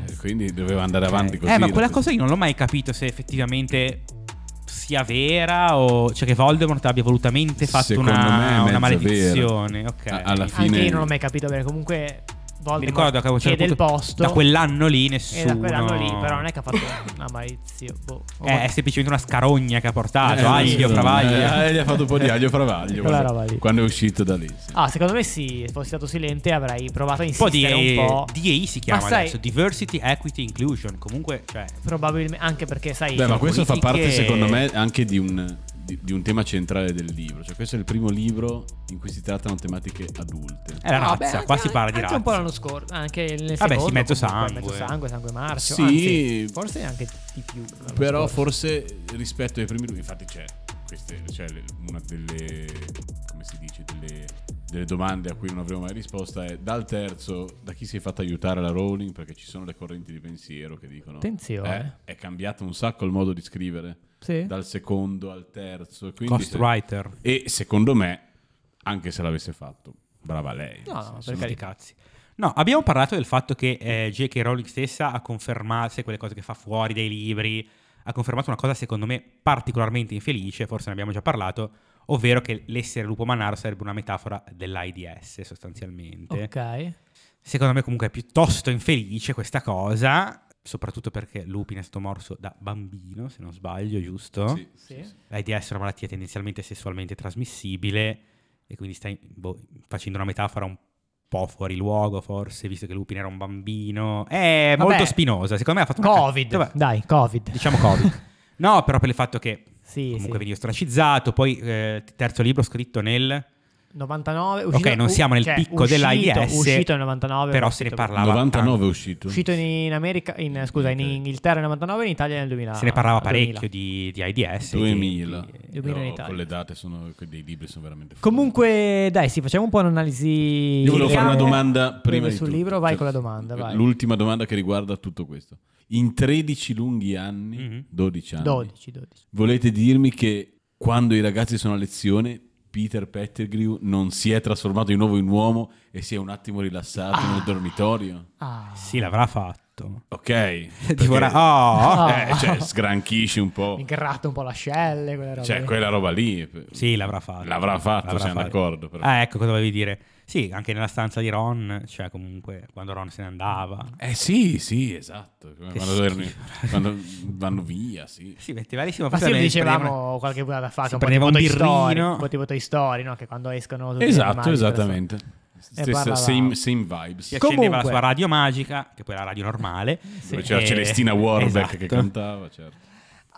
Eh, quindi doveva andare avanti così. eh ma quella la- cosa io non l'ho mai capito se effettivamente sia vera o cioè che Voldemort abbia volutamente fatto Secondo una, me è mezza una maledizione ok A- alla fine- Anche io non l'ho mai capito bene. Comunque, mi Voldemort ricordo che a un certo chiede il punto, posto. da quell'anno lì E nessuno Eh, da quell'anno lì, però non è che ha fatto una malizia. Boh. è semplicemente una scarogna che ha portato Eh, aglio sì, Ah, travaglio eh, gli ha fatto un po' di aglio fravaglio Quella quando, roba lì. quando è uscito da lì. sì. Ah, secondo me sì, se fossi stato silente avrei provato a Un po' di insistere un po'. DEI si chiama Ma sai- adesso, Diversity, Equity, Inclusion. Comunque, cioè, Probabilmente, anche perché sai... Beh, ma questo fa politiche- parte, secondo me, anche di un, di- di un tema centrale del libro. Cioè, questo è il primo libro in cui si trattano tematiche adulte. è la No, Ah, beh, razza, anche- qua si parla di anche razza. un po' l'anno scorso, anche nel Vabbè, secondo, sì, mezzo comunque, sangue. Mezzo sangue, sangue marcio. Sì. anzi, forse anche di più. l'anno Però scorso. forse rispetto ai primi due, infatti c'è queste, c'è le- una delle, come si dice, delle, delle domande a cui non avremo mai risposta è dal terzo, da chi si è fatta aiutare la Rowling? Perché ci sono le correnti di pensiero che dicono... Attenzione. "Eh, è cambiato un sacco il modo di scrivere, Sì. dal secondo al terzo. e Quindi Ghostwriter. E secondo me, anche se l'avesse fatto, brava lei. No, no, Nel senso, per Sono dei carità. cazzi. No, abbiamo parlato del fatto che eh, J.K. Rowling stessa ha confermato se quelle cose che fa fuori dai libri, ha confermato una cosa secondo me particolarmente infelice, forse ne abbiamo già parlato, ovvero che l'essere lupo manaro sarebbe una metafora dell'AIDS sostanzialmente. Ok. Secondo me comunque è piuttosto infelice questa cosa, soprattutto perché Lupin è stato morso da bambino, se non sbaglio, giusto? Sì, Sì. L'AIDS è una malattia tendenzialmente sessualmente trasmissibile e quindi stai boh, facendo una metafora un po' fuori luogo forse, visto che Lupin era un bambino. È Vabbè. molto spinosa, secondo me ha fatto una... Covid. ca- Vabbè, Dai, Covid. diciamo Covid. no, però per il fatto che Sì, comunque sì. veniva ostracizzato, poi eh, terzo libro scritto nel... 99. Uscito, ok, non siamo nel cioè, picco uscito, dell'AIDS. Uscito nel 99. Però ma se ne uscito- parlava... 99 è tanto. uscito. Uscito in America, in, scusa, in Ok. Inghilterra nel 99 e in Italia nel 2000. Se ne parlava 2000. parecchio di, di AIDS. e di- 2000. di- di- 2000 in Però Italia. Con le date sono, que- dei libri sono veramente fuori. Comunque, dai, sì, facciamo un po' un'analisi. Io volevo fare una Vediamo- domanda prima di sul tutto. libro, vai Cioè, con la domanda, vai. L'ultima domanda che riguarda tutto questo. In 13 lunghi anni, Mhm. 12 anni, 12, 12. volete dirmi che quando i ragazzi sono a lezione Peter Pettigrew non si è trasformato di nuovo in uomo e si è un attimo rilassato nel dormitorio? Ah. Sì, l'avrà fatto. Ok. perché- Tipo, oh, Ah. eh, cioè, sgranchisci un po'. Mi gratta un po' la scelle, quella roba. Oh. Cioè, lì. quella roba lì. Sì, l'avrà fatto. L'avrà fatto, siamo d'accordo, però. Ah, ecco cosa dovevi dire. Sì, anche nella stanza di Ron, cioè comunque quando Ron se ne andava. Eh sì, sì, esatto. Come Che Quando, erano- schifo. (laughs) quando vanno via, sì. Sì, verissimo. Ma sì, lo dicevamo qualche puntata fa, si che un po' prendeva tipo un Toy Story, birrino. un po' tipo Toy Story, no? Che quando escono tutti gli Esatto, animali si esattamente. Eh, Stessa, parlavamo. same, same vibes. Si accendeva la Comunque- sua radio magica, che poi era la radio normale. Dove Sì. c'era Eh, Celestina Warbeck che esatto. cantava, certo.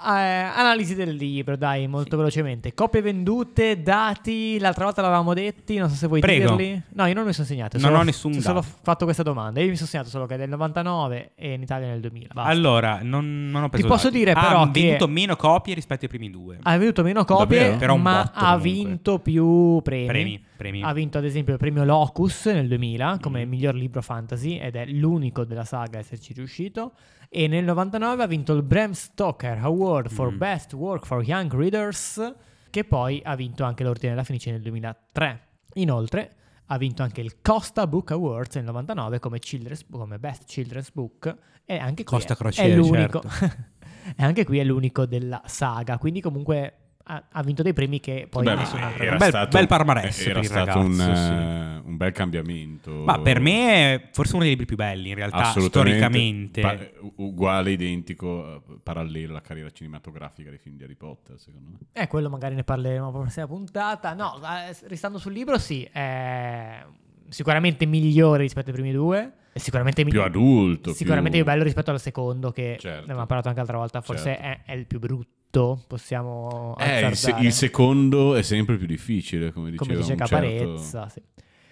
Eh, analisi del libro, dai, molto velocemente. Copie vendute, dati, l'altra volta l'avevamo detti, non so se vuoi Prego. dirli. No, io non mi sono segnato. Non solo- ho nessun ho solo dato. fatto questa domanda. Io mi sono segnato solo che è del 99 e in Italia nel 2000. basta. Allora, non, non ho preso Ti posso dati. dire, Ha però, che- Ah, venduto meno copie rispetto ai primi due. ha venduto meno copie, Davvero? Però un ma botto, ha comunque. vinto più premi. Premi, premi. Mm. Ha vinto ad esempio il premio Locus nel 2000 come miglior libro fantasy ed è l'unico della saga a esserci riuscito e nel 99 ha vinto il Bram Stoker Award for Mm. Best Work for Young Readers che poi ha vinto anche l'Ordine della Fenice nel 2003. Inoltre ha vinto anche il Costa Book Awards nel 99 come, children's- come Best Children's Book e anche qui Costa certo. è- Crociere, è l'unico (laughs) e anche qui è l'unico della saga, quindi comunque ha, ha vinto dei premi che poi Beh, nessun altro era- Beh, Bel- bel palmarès Era per il stato ragazzo, un, sì. eh, un bel cambiamento. Ma per me è forse uno dei libri più belli, in realtà, Mm. assolutamente storicamente. pa- uguale, identico, eh, parallelo alla carriera cinematografica dei film di Harry Potter, secondo me. Eh, quello magari ne parleremo la prossima puntata. No, eh, restando sul libro, sì, è sicuramente migliore rispetto ai primi due. è Sicuramente mi- Più adulto, Sicuramente più più- bello rispetto al secondo, che Certo. ne abbiamo parlato anche l'altra volta. Forse Certo. è, è il più brutto. Possiamo Eh, il, se- azzardare. il secondo è sempre più difficile, come diceva come dice un certo- Caparezza. sì.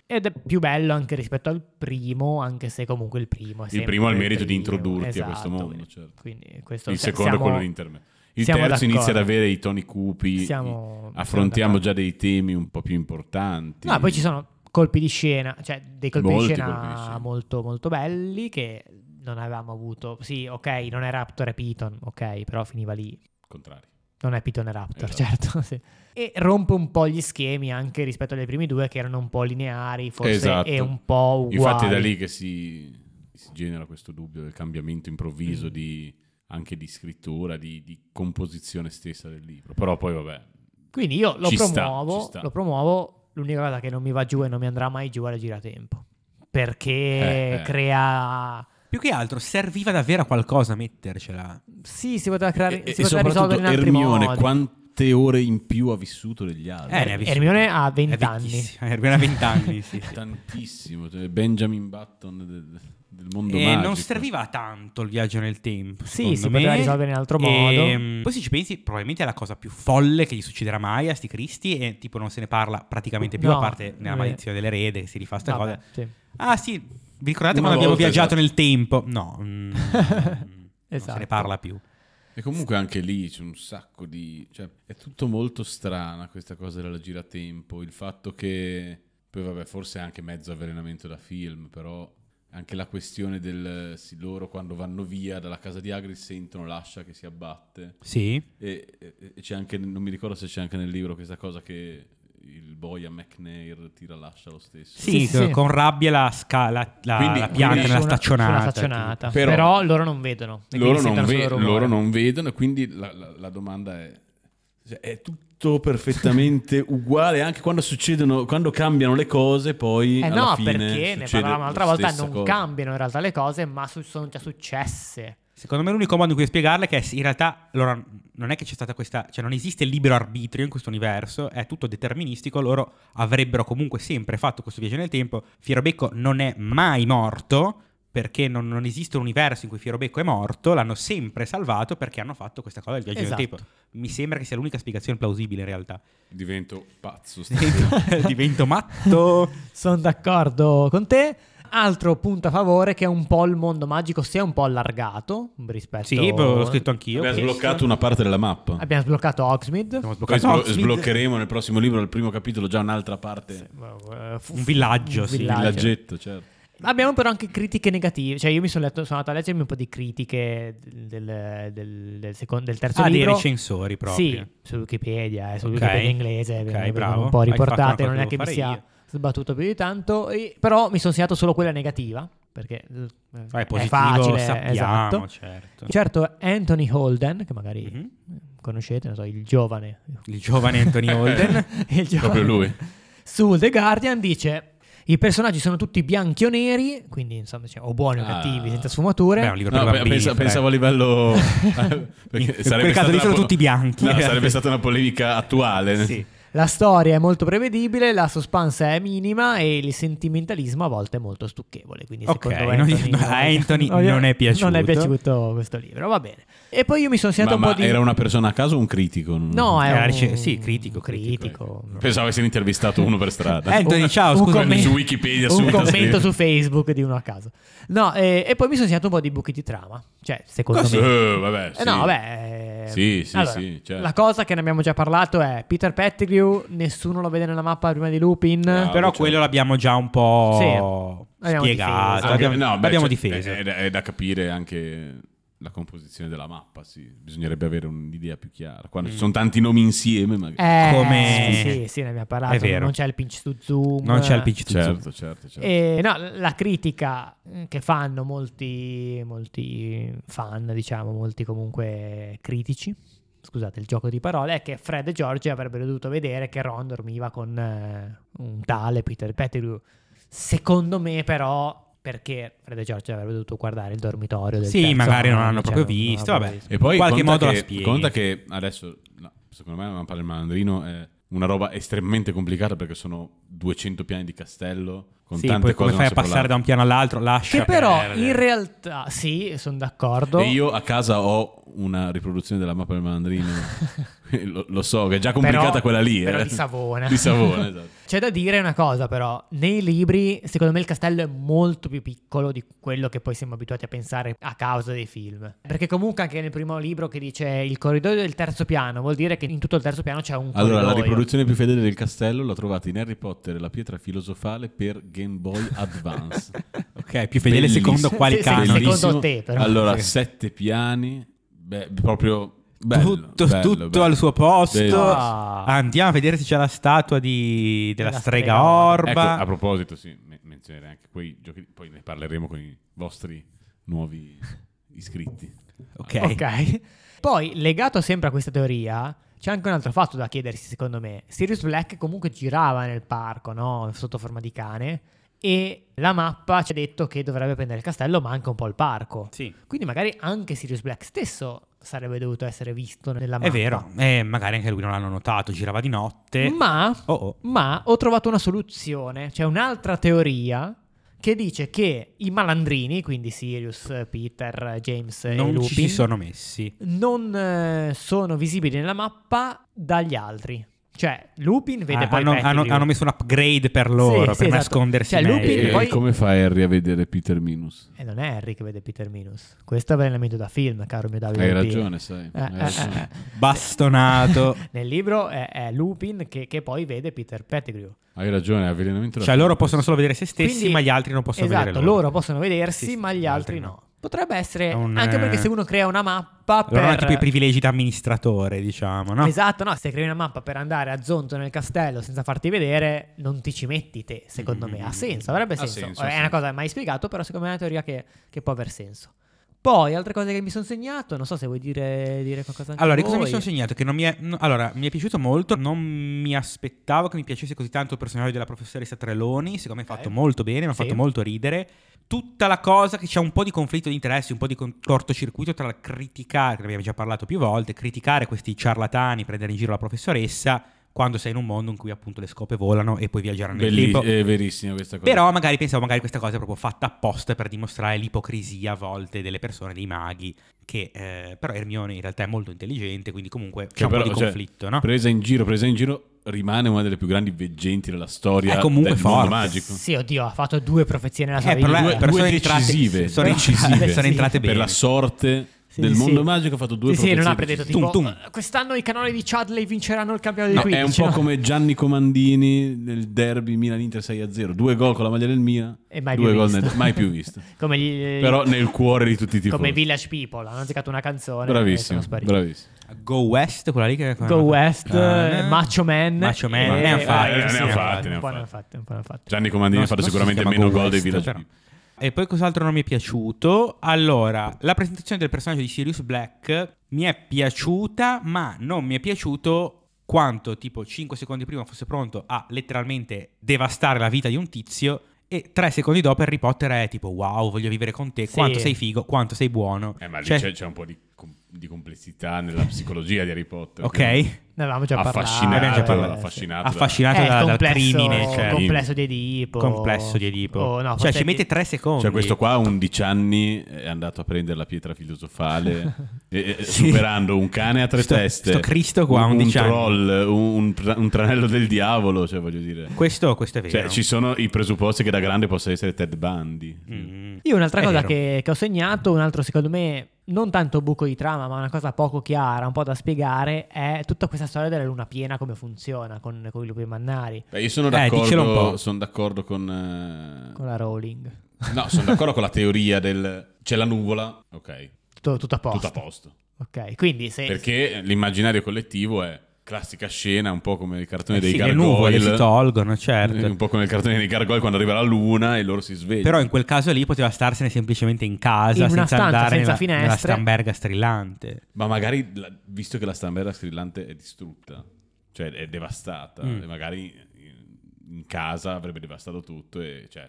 Ed è più bello anche rispetto al primo, anche se comunque il primo è Il sempre primo ha il merito primo, di introdurti a esatto, questo mondo, quindi- certo. Quindi questo il se- secondo siamo- è quello di Interme. Il siamo terzo inizia ad d'accordo. avere i toni cupi, Siamo- siamo affrontiamo d'accordo. già dei temi un po' più importanti. No, poi ci sono colpi di scena, cioè dei colpi Molti di scena colpi di scena. molto molto belli che non avevamo avuto. Sì, ok, non è Raptor e Python, ok, però finiva lì. Contrari. Non è Python e Raptor, Esatto. certo. (laughs) sì. E rompe un po' gli schemi anche rispetto alle primi due che erano un po' lineari, forse Esatto. e un po' uguali. Infatti è da lì che si, si genera questo dubbio del cambiamento improvviso Mm. di- anche di scrittura, di, di composizione stessa del libro. Però poi vabbè, Quindi io lo Ci sta, promuovo, ci sta. lo promuovo. L'unica cosa che non mi va giù e non mi andrà mai giù è la giratempo. Perché Eh, eh. crea. Più che altro serviva davvero a qualcosa mettercela. Sì, si poteva, creare, e, si e poteva soprattutto risolvere in altri Hermione modi. quante ore in più ha vissuto degli altri? Eh, ne ha vissuto. Hermione ha È 20 anni. vecchissima, Hermione ha 20 anni, sì. sì. Tantissimo, cioè Benjamin Button del, del (laughs) mondo E magico. Eh, non serviva tanto il viaggio nel tempo. Sì, secondo si me. poteva risolvere in altro E, modo. mh, poi se ci pensi, probabilmente è la cosa più folle che gli succederà mai a sti cristi e tipo non se ne parla praticamente più, No, a parte nella eh. maledizione dell'erede che si rifà sta Vabbè, cosa. sì. Ah sì, vi ricordate Una quando abbiamo volta, viaggiato esatto. nel tempo? No, (laughs) mm, non se Esatto. ne parla più. E comunque anche lì c'è un sacco di... Cioè, è tutto molto strana questa cosa della giratempo, il fatto che... Poi vabbè, forse è anche mezzo avvelenamento da film, però anche la questione del... Sì, loro quando vanno via dalla casa di Agri sentono l'ascia che si abbatte. Sì. E, e- e c'è anche... Non mi ricordo se c'è anche nel libro questa cosa che il boia McNair tira lascia lo stesso. Sì, Sì, sì. con rabbia la, sca- la, la, Quindi- la pianta quindi Sulla- nella staccionata. certo. sulla staccionata. tipo. Però, Però- loro non vedono. e quindi loro non, sentono solo ve- rumore. loro non vedono e quindi la, la- la domanda è cioè, è tutto (laughs) perfettamente uguale anche quando succedono quando cambiano le cose poi Eh alla no, fine perché ne succede parlavamo la l'altra volta, stessa non cosa. cambiano in realtà le cose, ma su- sono già successe. Secondo me l'unico modo in cui spiegarla è che in realtà loro- non è che c'è stata questa, cioè non esiste il libero arbitrio in questo universo, è tutto deterministico, loro avrebbero comunque sempre fatto questo viaggio nel tempo, Fierobecco non è mai morto perché non, non esiste un universo in cui Fierobecco è morto, l'hanno sempre salvato perché hanno fatto questa cosa del viaggio Esatto. nel tempo. Mi sembra che sia l'unica spiegazione plausibile in realtà. (laughs) divento pazzo Divento matto. Sono d'accordo con te. Altro punto a favore che è un po' il mondo magico si è un po' allargato rispetto Sì, beh, l'ho scritto (laughs) anch'io. abbiamo questo. sbloccato una parte della mappa Abbiamo sbloccato Hogsmeade. Abbiamo poi sbloccato sblo- Oxford. sbloccheremo nel prossimo libro al primo capitolo già un'altra parte il Eh, fu- Un villaggio, sì. villaggetto certo Abbiamo però anche critiche negative, cioè io mi sono, letto, sono andato a leggermi un po' di critiche del, del- del secon- del terzo Ah, dei libro. recensori proprio. Sì, su Wikipedia, eh, su Ok. Wikipedia inglese, Ok, vengono- vengono bravo. un po' Hai fatto una riportate, cosa non è che che mi devo sia fare sbattuto più di tanto, e- però mi sono segnato solo quella negativa, perché eh, Ah, è è positivo, facile, sappiamo, esatto. certo. Certo, Anthony Holden, che magari Mhm. conoscete, non so, il giovane, Il giovane Eh. Anthony Holden. (laughs) il giovane proprio lui su The Guardian dice i personaggi sono tutti bianchi o neri, quindi insomma diciamo, o buoni o Ah. cattivi, senza Beh, è sfumature. un libro No, per pe- bambini. pensa- fra- pensavo a livello (laughs) (laughs) In perché quel sarebbe caso lì stata una sono po- tutti bianchi. No, sarebbe stata una polemica attuale Sì. la storia è molto prevedibile, la suspense è minima e il sentimentalismo a volte è molto stucchevole. Quindi Ok, secondo non- Anthony, no, a (laughs) (laughs) Anthony non è piaciuto. Non è piaciuto questo libro, va bene. E poi io mi sono segnato ma, un po' ma di... era una persona a caso o un critico? Non- No, Era è un... rice- sì, critico, eh. critico, eh. critico. Pensavo avessi intervistato uno per strada. (laughs) Anthony, ciao, un scusa. commento- su Wikipedia un subito commento scrive. su Facebook di uno a caso. No, eh, e poi mi sono segnato un po' di buchi di trama. Cioè, secondo Cosa- me... Eh, vabbè, Eh sì. no, vabbè. eh, Sì, sì, sì, certo. La cosa che ne abbiamo già parlato è Peter Pettigrew, nessuno lo vede nella mappa prima di Lupin. No. Però certo. quello l'abbiamo già un po' Sì. Abbiamo Ah, spiegato. difeso. Abbiamo, no, beh, abbiamo cioè, difeso. È, da- è da capire anche la composizione della mappa, sì. Bisognerebbe avere un'idea più chiara. Quando ci sono tanti nomi insieme, magari... Eh, come- Sì, sì, ne abbiamo parlato. È vero. Non c'è il pinch to zoom. non c'è il pitch to zoom. Certo, certo, certo. E no, la critica mm, che fanno molti, molti fan, diciamo, molti comunque critici, scusate il gioco di parole, è che Fred e George avrebbero dovuto vedere che Ron dormiva con eh, un tale Peter Pettigrew. Secondo me però... Perché Fred e George avrebbero dovuto guardare il dormitorio del Sì, terzo magari non anno, l'hanno cioè, proprio non- non visto, l'hanno vabbè. visto. E poi In qualche conta modo la che- spieghi. Conta che adesso, no, secondo me, la mappa del malandrino è una roba estremamente complicata perché sono 200 piani di castello con Sì, tante poi cose come fai a non sopra passare da un piano all'altro? Lascia Che però perdere. in realtà... Sì, sono d'accordo. l'altro. E io a casa ho una riproduzione della mappa del (laughs) malandrino. lo, lo so che è già complicata Però- quella lì. però eh. di Savona. Di (laughs) Savona, esatto. C'è da dire una cosa però, nei libri secondo me il castello è molto più piccolo di quello che poi siamo abituati a pensare a causa dei film. Perché comunque anche nel primo libro che dice il corridoio del terzo piano, vuol dire che in tutto il terzo piano c'è un Allora, la corridoio. riproduzione più fedele del castello l'ho trovata in Harry Potter e la pietra filosofale per Game Boy (laughs) Advance. Ok, più fedele Bellissimo. secondo quali Sì, sì, canoni? secondo Bellissimo. te, però. Allora, Sì. sette piani, beh, proprio bello, tutto, bello, tutto bello. al suo posto. Bello. Ah. Andiamo a vedere se c'è la statua di- della Della strega, strega Orba. Ecco, a proposito, sì, me- menzionerei anche quei giochi, poi ne parleremo con i vostri nuovi iscritti. Ok. Ok. Poi, legato sempre a questa teoria, c'è anche un altro fatto da chiedersi, secondo me. Sirius Black comunque girava nel parco, no? Sotto forma di cane. E la mappa ci ha detto che dovrebbe prendere il castello, ma anche un po' il parco. Sì. Quindi magari anche Sirius Black stesso sarebbe dovuto essere visto nella mappa. È vero, eh, magari anche lui non l'hanno notato, girava di notte. Ma, Oh, oh. ma ho trovato una soluzione, c'è un'altra teoria che dice che i malandrini, quindi Sirius, Peter, James e non Lupin, ci si sono messi. non eh, sono visibili nella mappa dagli altri. Cioè, Lupin vede Ah, poi hanno, hanno- Pettigrew. hanno messo un upgrade per loro, Sì, per sì, esatto. nascondersi Cioè, Lupin meglio. E poi- come fa Harry a vedere Peter Minus? E non è Harry che vede Peter Minus. Questo è allenamento da film, caro mio Davide. Hai Del Pino. ragione, sai. Eh, hai eh, ragione. eh, eh. (laughs) Bastonato. Cioè, Nel libro è, è Lupin che, che poi vede Peter Pettigrew. Hai ragione, avvelenamento. cioè loro possono solo vedere se stessi, Quindi- ma gli altri non possono esatto, vedere loro. loro. possono vedersi, Sì, sì, ma gli altri no. Potrebbe essere, È un, anche eh, perché se uno crea una mappa per... Loro hanno tipo i privilegi da amministratore, diciamo, no? Esatto, no, se crei una mappa per andare a Zonto nel castello senza farti vedere, non ti ci metti te, secondo me. Mm-hmm. Ha senso, avrebbe Ha senso. senso, è sì. una cosa mai spiegato, però secondo me è una teoria che, che può aver senso. Poi, altre cose che mi sono segnato, non so se vuoi dire, dire qualcosa anche Allora, di voi. cosa mi sono segnato? Che non mi è. no- allora, mi è piaciuto molto. Non mi aspettavo che mi piacesse così tanto il personaggio della professoressa Treloni. Secondo me è fatto molto bene, mi ha Sì. fatto molto ridere. Tutta la cosa che c'è un po' di conflitto di interessi, un po' di con- cortocircuito tra criticare, ne abbiamo già parlato più volte, criticare questi ciarlatani, prendere in giro la professoressa, quando sei in un mondo in cui appunto le scope volano e puoi viaggiare nel Belli- tempo. è verissima questa cosa. Però magari pensavo magari questa cosa è proprio fatta apposta per dimostrare l'ipocrisia a volte delle persone, dei maghi, che eh, però Hermione in realtà è molto intelligente, quindi comunque c'è Cioè, un però, po' di cioè, conflitto, no? Presa in giro, presa in giro, rimane una delle più grandi veggenti della storia È comunque del mondo forte. magico. Eh, Sì, oddio, ha fatto due profezie nella sua Eh, però vita. è- Due, però sono due entrate- decisive, sono decisive. entrate- sono entrate Per bene. la sorte Sì, del sì. mondo magico ha fatto due Sì, sì, non ha profezie predetto decisive. tipo "Eh, Tum, tum. quest'anno i canoni di Chadley vinceranno il campionato No, di 15. è un po' no? come Gianni Comandini nel derby Milan-Inter 6-0. Due gol con la maglia del Milan. E mai due più gol visto. nel- mai più visto. (laughs) Come gli- Però nel cuore di tutti i tifosi. come Village People, hanno giocato una eh, canzone Bravissimo, e sono spariti. bravissimo. Go West, quella lì che Go West, eh, Macho Man. Macho Man, e- ne hanno fatti, eh, ne sì, hanno fatti, ne un po' hanno ne hanno fatti, un po' ne hanno fatti. Gianni Comandini ha fatto sicuramente meno gol dei Village People. E poi cos'altro non mi è piaciuto? Allora, la presentazione del personaggio di Sirius Black mi è piaciuta, ma non mi è piaciuto quanto tipo 5 secondi prima fosse pronto a letteralmente devastare la vita di un tizio e 3 secondi dopo Harry Potter è tipo wow, voglio vivere con te, Sì. quanto sei figo, quanto sei buono. Eh, ma lì Cioè, c'è, c'è un po' di, com- di complessità nella psicologia di Harry Potter. Ok. Ne avevamo già parlato. Abbiamo già Affascinato, parlato, eh, affascinato. sì. Affascinato Eh, da- dal complesso, crimine, cioè. complesso di Edipo. complesso di Edipo. Oh, no, cioè, forse ci mette Edipo. 3 secondi. Cioè, questo qua a 11 anni è andato a prendere la pietra (laughs) filosofale, e- e- Sì. superando un cane a tre Sto- teste. sto Cristo qua a un, 11 un anni. troll, un, un, un tranello del diavolo. Cioè, voglio dire. Questo, questo è vero. Cioè, ci sono i presupposti che da grande possa essere Ted Bundy. Mm. Io un'altra È cosa vero. che, che ho segnato, un altro secondo me non tanto buco di trama, ma una cosa poco chiara, un po' da spiegare, è tutta questa storia della luna piena, come funziona con, con i lupi mannari, Beh, io sono Eh, dicelo un po'. d'accordo, sono d'accordo con. eh, con la Rowling. No, sono d'accordo con la teoria del c'è la nuvola, ok, (laughs) Tutto, tutto a posto. Eh, tutto a posto. Ok, quindi se... Perché l'immaginario collettivo è classica scena, un po' come il cartone Eh dei sì, le gargoyle. nuvole si tolgono, certo. Un po' come il cartone dei gargoyle quando arriva la luna e loro si svegliano. Però in quel caso lì poteva starsene semplicemente in casa, In una senza stanza, andare senza nella, finestre. nella stamberga strillante. Ma magari, la- visto che la stampella strillante è distrutta, cioè è devastata, Mm. e magari in, in casa avrebbe devastato tutto e cioè...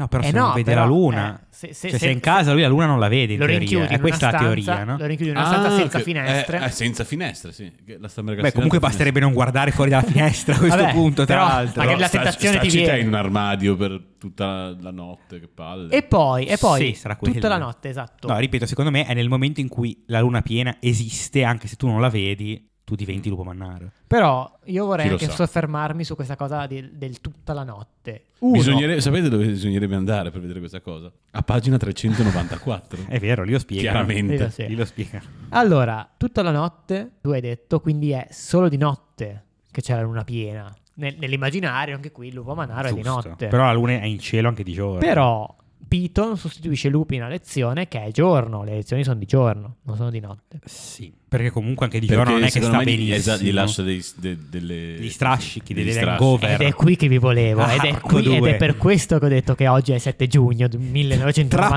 No, però Eh se no, non vede però, la luna, eh, se- se- se- cioè se, è in casa lui la luna non la vede in lo teoria, rinchiudi è in una questa la stanza, teoria, no? Lo rinchiudi in una Ah, stanza senza che- finestre. eh, eh, senza finestre, sì. che La stampella Beh, comunque basterebbe basterebbe non guardare fuori dalla finestra a questo Vabbè, punto, tra però- l'altro. magari la sta- tentazione ti stacci te viene. in un armadio per tutta la notte, che palle. E poi, e poi Sì, sarà tutta quello. la notte, esatto. No, ripeto, secondo me è nel momento in cui la luna piena esiste, anche se tu non la vedi, tu diventi lupo mannaro. Però io vorrei Chi lo anche sa? soffermarmi su questa cosa del, del tutta la notte. Uno, Bisognere- sapete dove bisognerebbe andare per vedere questa cosa? A pagina (laughs) 394. Eh È vero, lì lo spiega. Chiaramente. Lì lo spiega. Lì lo spiega. Allora, tutta la notte, tu hai detto, quindi è solo di notte che c'è la luna piena. Nel- nell'immaginario, anche qui, il lupo manaro è di Giusto. notte. Però la luna è in cielo anche di giorno. Però Piton sostituisce Lupin a lezione che è giorno. Le lezioni sono di giorno, non sono di notte. Sì, perché comunque anche di Perché giorno non è che secondo sta me gli- benissimo. esatto, gli lascia dei, de- delle, Degli strascichi, degli degli strascichi. Eh, hangover. Ed è qui che vi (laughs) volevo, Eh, Ah, ed, è ecco qui- ed è due. per questo che ho detto che oggi è 7 giugno del 1995.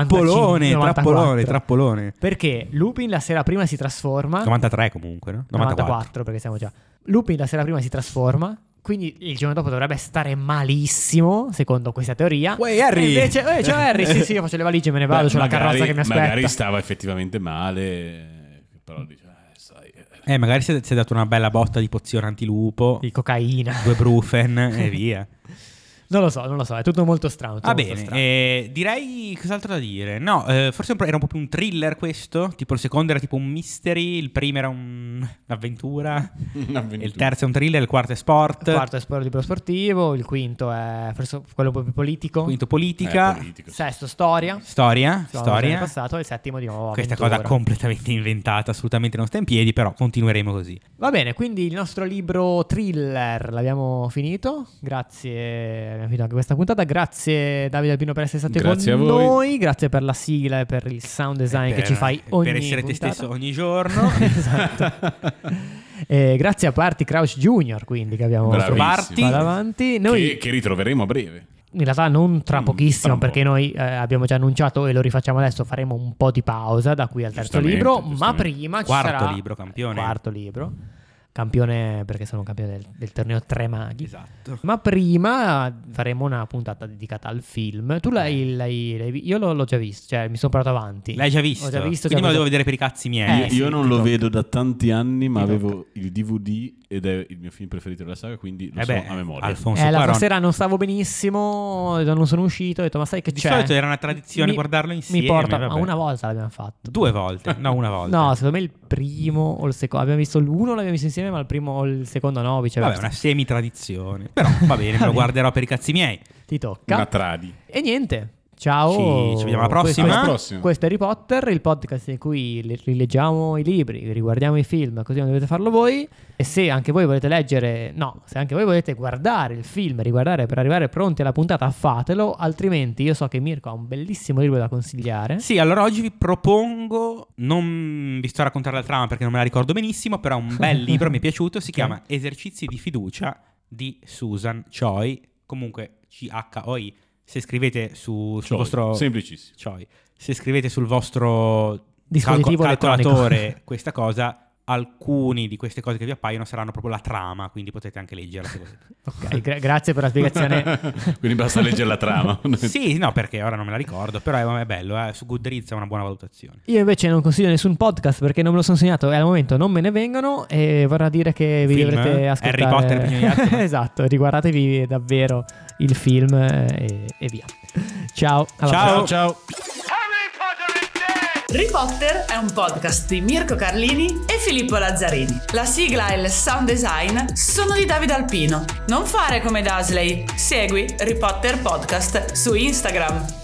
Trappolone, 94. trappolone, trappolone. Perché Lupin la sera prima si trasforma. 93 comunque, no? 94. 94. perché siamo già. Lupin la sera prima si trasforma. Quindi il giorno dopo dovrebbe stare malissimo, secondo questa teoria. Uè, Harry! E Invece, "Uè, ciao Harry, sì, sì, io faccio le valigie, me ne vado, Beh, c'ho la carrozza che mi aspetta. Magari stava effettivamente male, eh, però dice, eh, sai... (laughs) eh, Eh, magari si è, si è dato una bella botta di pozione antilupo, Di cocaina. due brufen (laughs) e via. Non lo so, non lo so, è tutto molto strano. tutto Va molto bene, strano. eh, direi cos'altro da dire. No, eh, forse un po- era un po' più un thriller questo, tipo il secondo era tipo un mystery, il primo era un- (laughs) un'avventura, un'avventura. il terzo è un thriller, il quarto è sport, Il quarto è sport libero sportivo, il quinto è forse quello un po' più politico, quinto Eh, politica, politico, sì. sesto storia, storia, siamo già nel storia. passato, e il settimo di nuovo Questa avventura. cosa completamente (laughs) inventata, assolutamente non sta in piedi, però continueremo così. Va bene, quindi il nostro libro thriller l'abbiamo finito, grazie, abbiamo abbiamo finito anche questa puntata. Grazie Davide Alpino per essere stato Grazie con a voi. noi. Grazie per la sigla e per il sound design Per- che ci fai ogni Per essere te puntata. stesso (laughs) ogni giorno. (laughs) esatto. Eh, grazie a Party Crouch Junior, quindi che abbiamo Bravissimo. Barti. qua davanti. Noi Che, che ritroveremo a breve. in realtà non tra Mm, tra pochissimo, un po'. perché noi eh, abbiamo già annunciato e lo rifacciamo adesso, faremo un po' di pausa da qui al terzo Giustamente, libro, ma giustamente. prima ci Quarto sarà libro, campione. quarto libro. Campione perché sono un campione del, del torneo Tre Maghi. Esatto. Ma prima faremo una puntata dedicata al film. Tu l'hai, l'hai- l'hai vi- io l'ho, l'ho già visto, cioè mi sono portato avanti. Eh. L'hai già visto? Ho già visto, Quindi già me lo devo visto. vedere per i cazzi Eh, miei. io sì, Esatto. io non ti lo tocca. vedo da tanti anni, ma Ti avevo il DVD ed è il mio film preferito della saga, quindi lo Eh beh, so a memoria. Alfonso Eh, l'altra Cuarón. sera non stavo benissimo, non sono uscito, ho detto ma sai che Di c'è? solito era una tradizione guardarlo insieme, Mi porta, ma vabbè. una volta l'abbiamo fatto. Due volte, no una volta. No, secondo me il primo o il secondo. Abbiamo visto l'uno, l'abbiamo visto insieme, ma il primo o il secondo no. Vabbè, Viceversa. una semi-tradizione. Però (laughs) va bene, me Va lo bene. guarderò per i cazzi miei. Ti Una tocca. tradi. E niente. Ciao. Ci- ci vediamo alla Questo- prossima. Questo, Alla prossima. questo è Harry Potter, il podcast in cui le- rileggiamo i libri, riguardiamo i film, così non dovete farlo voi. E se anche voi volete leggere, no, se anche voi volete guardare il film, riguardare per arrivare pronti alla puntata, fatelo. Altrimenti io so che Mirko ha un bellissimo libro da consigliare. Sì, allora oggi vi propongo, non vi sto a raccontare la trama perché non me la ricordo benissimo, però (laughs) un bel libro mi è piaciuto, si chiama Esercizi di fiducia di Susan Choi, comunque C-H-O-I, se scrivete su, sul Cioè, vostro... Semplicissimo. Choi. Se scrivete sul vostro Dispositivo calco- elettronico. calcolatore questa cosa, alcune di queste cose che vi appaiono saranno proprio la trama, quindi potete anche leggerla se volete. (laughs) Ok, gra- grazie per la (laughs) spiegazione. (laughs) quindi basta leggere la trama. (laughs) sì, no, perché ora non me la ricordo, però è, è bello, eh, su Goodreads è una buona valutazione. Io invece non consiglio nessun podcast perché non me lo sono segnato e al momento non me ne vengono e vorrà dire che vi Film, eh? dovrete ascoltare Harry Potter, Pugno (laughs) di Atti. Esatto, riguardatevi davvero il film eh, e, e via. Ciao, alla prossima. Ciao. ciao. Harry Potter is dead! Harry Potter è un podcast di Mirko Carlini e Filippo Lazzarini. La sigla e il sound design sono di Davide Alpino. Non fare come Dasley, segui Harry Potter Podcast su Instagram.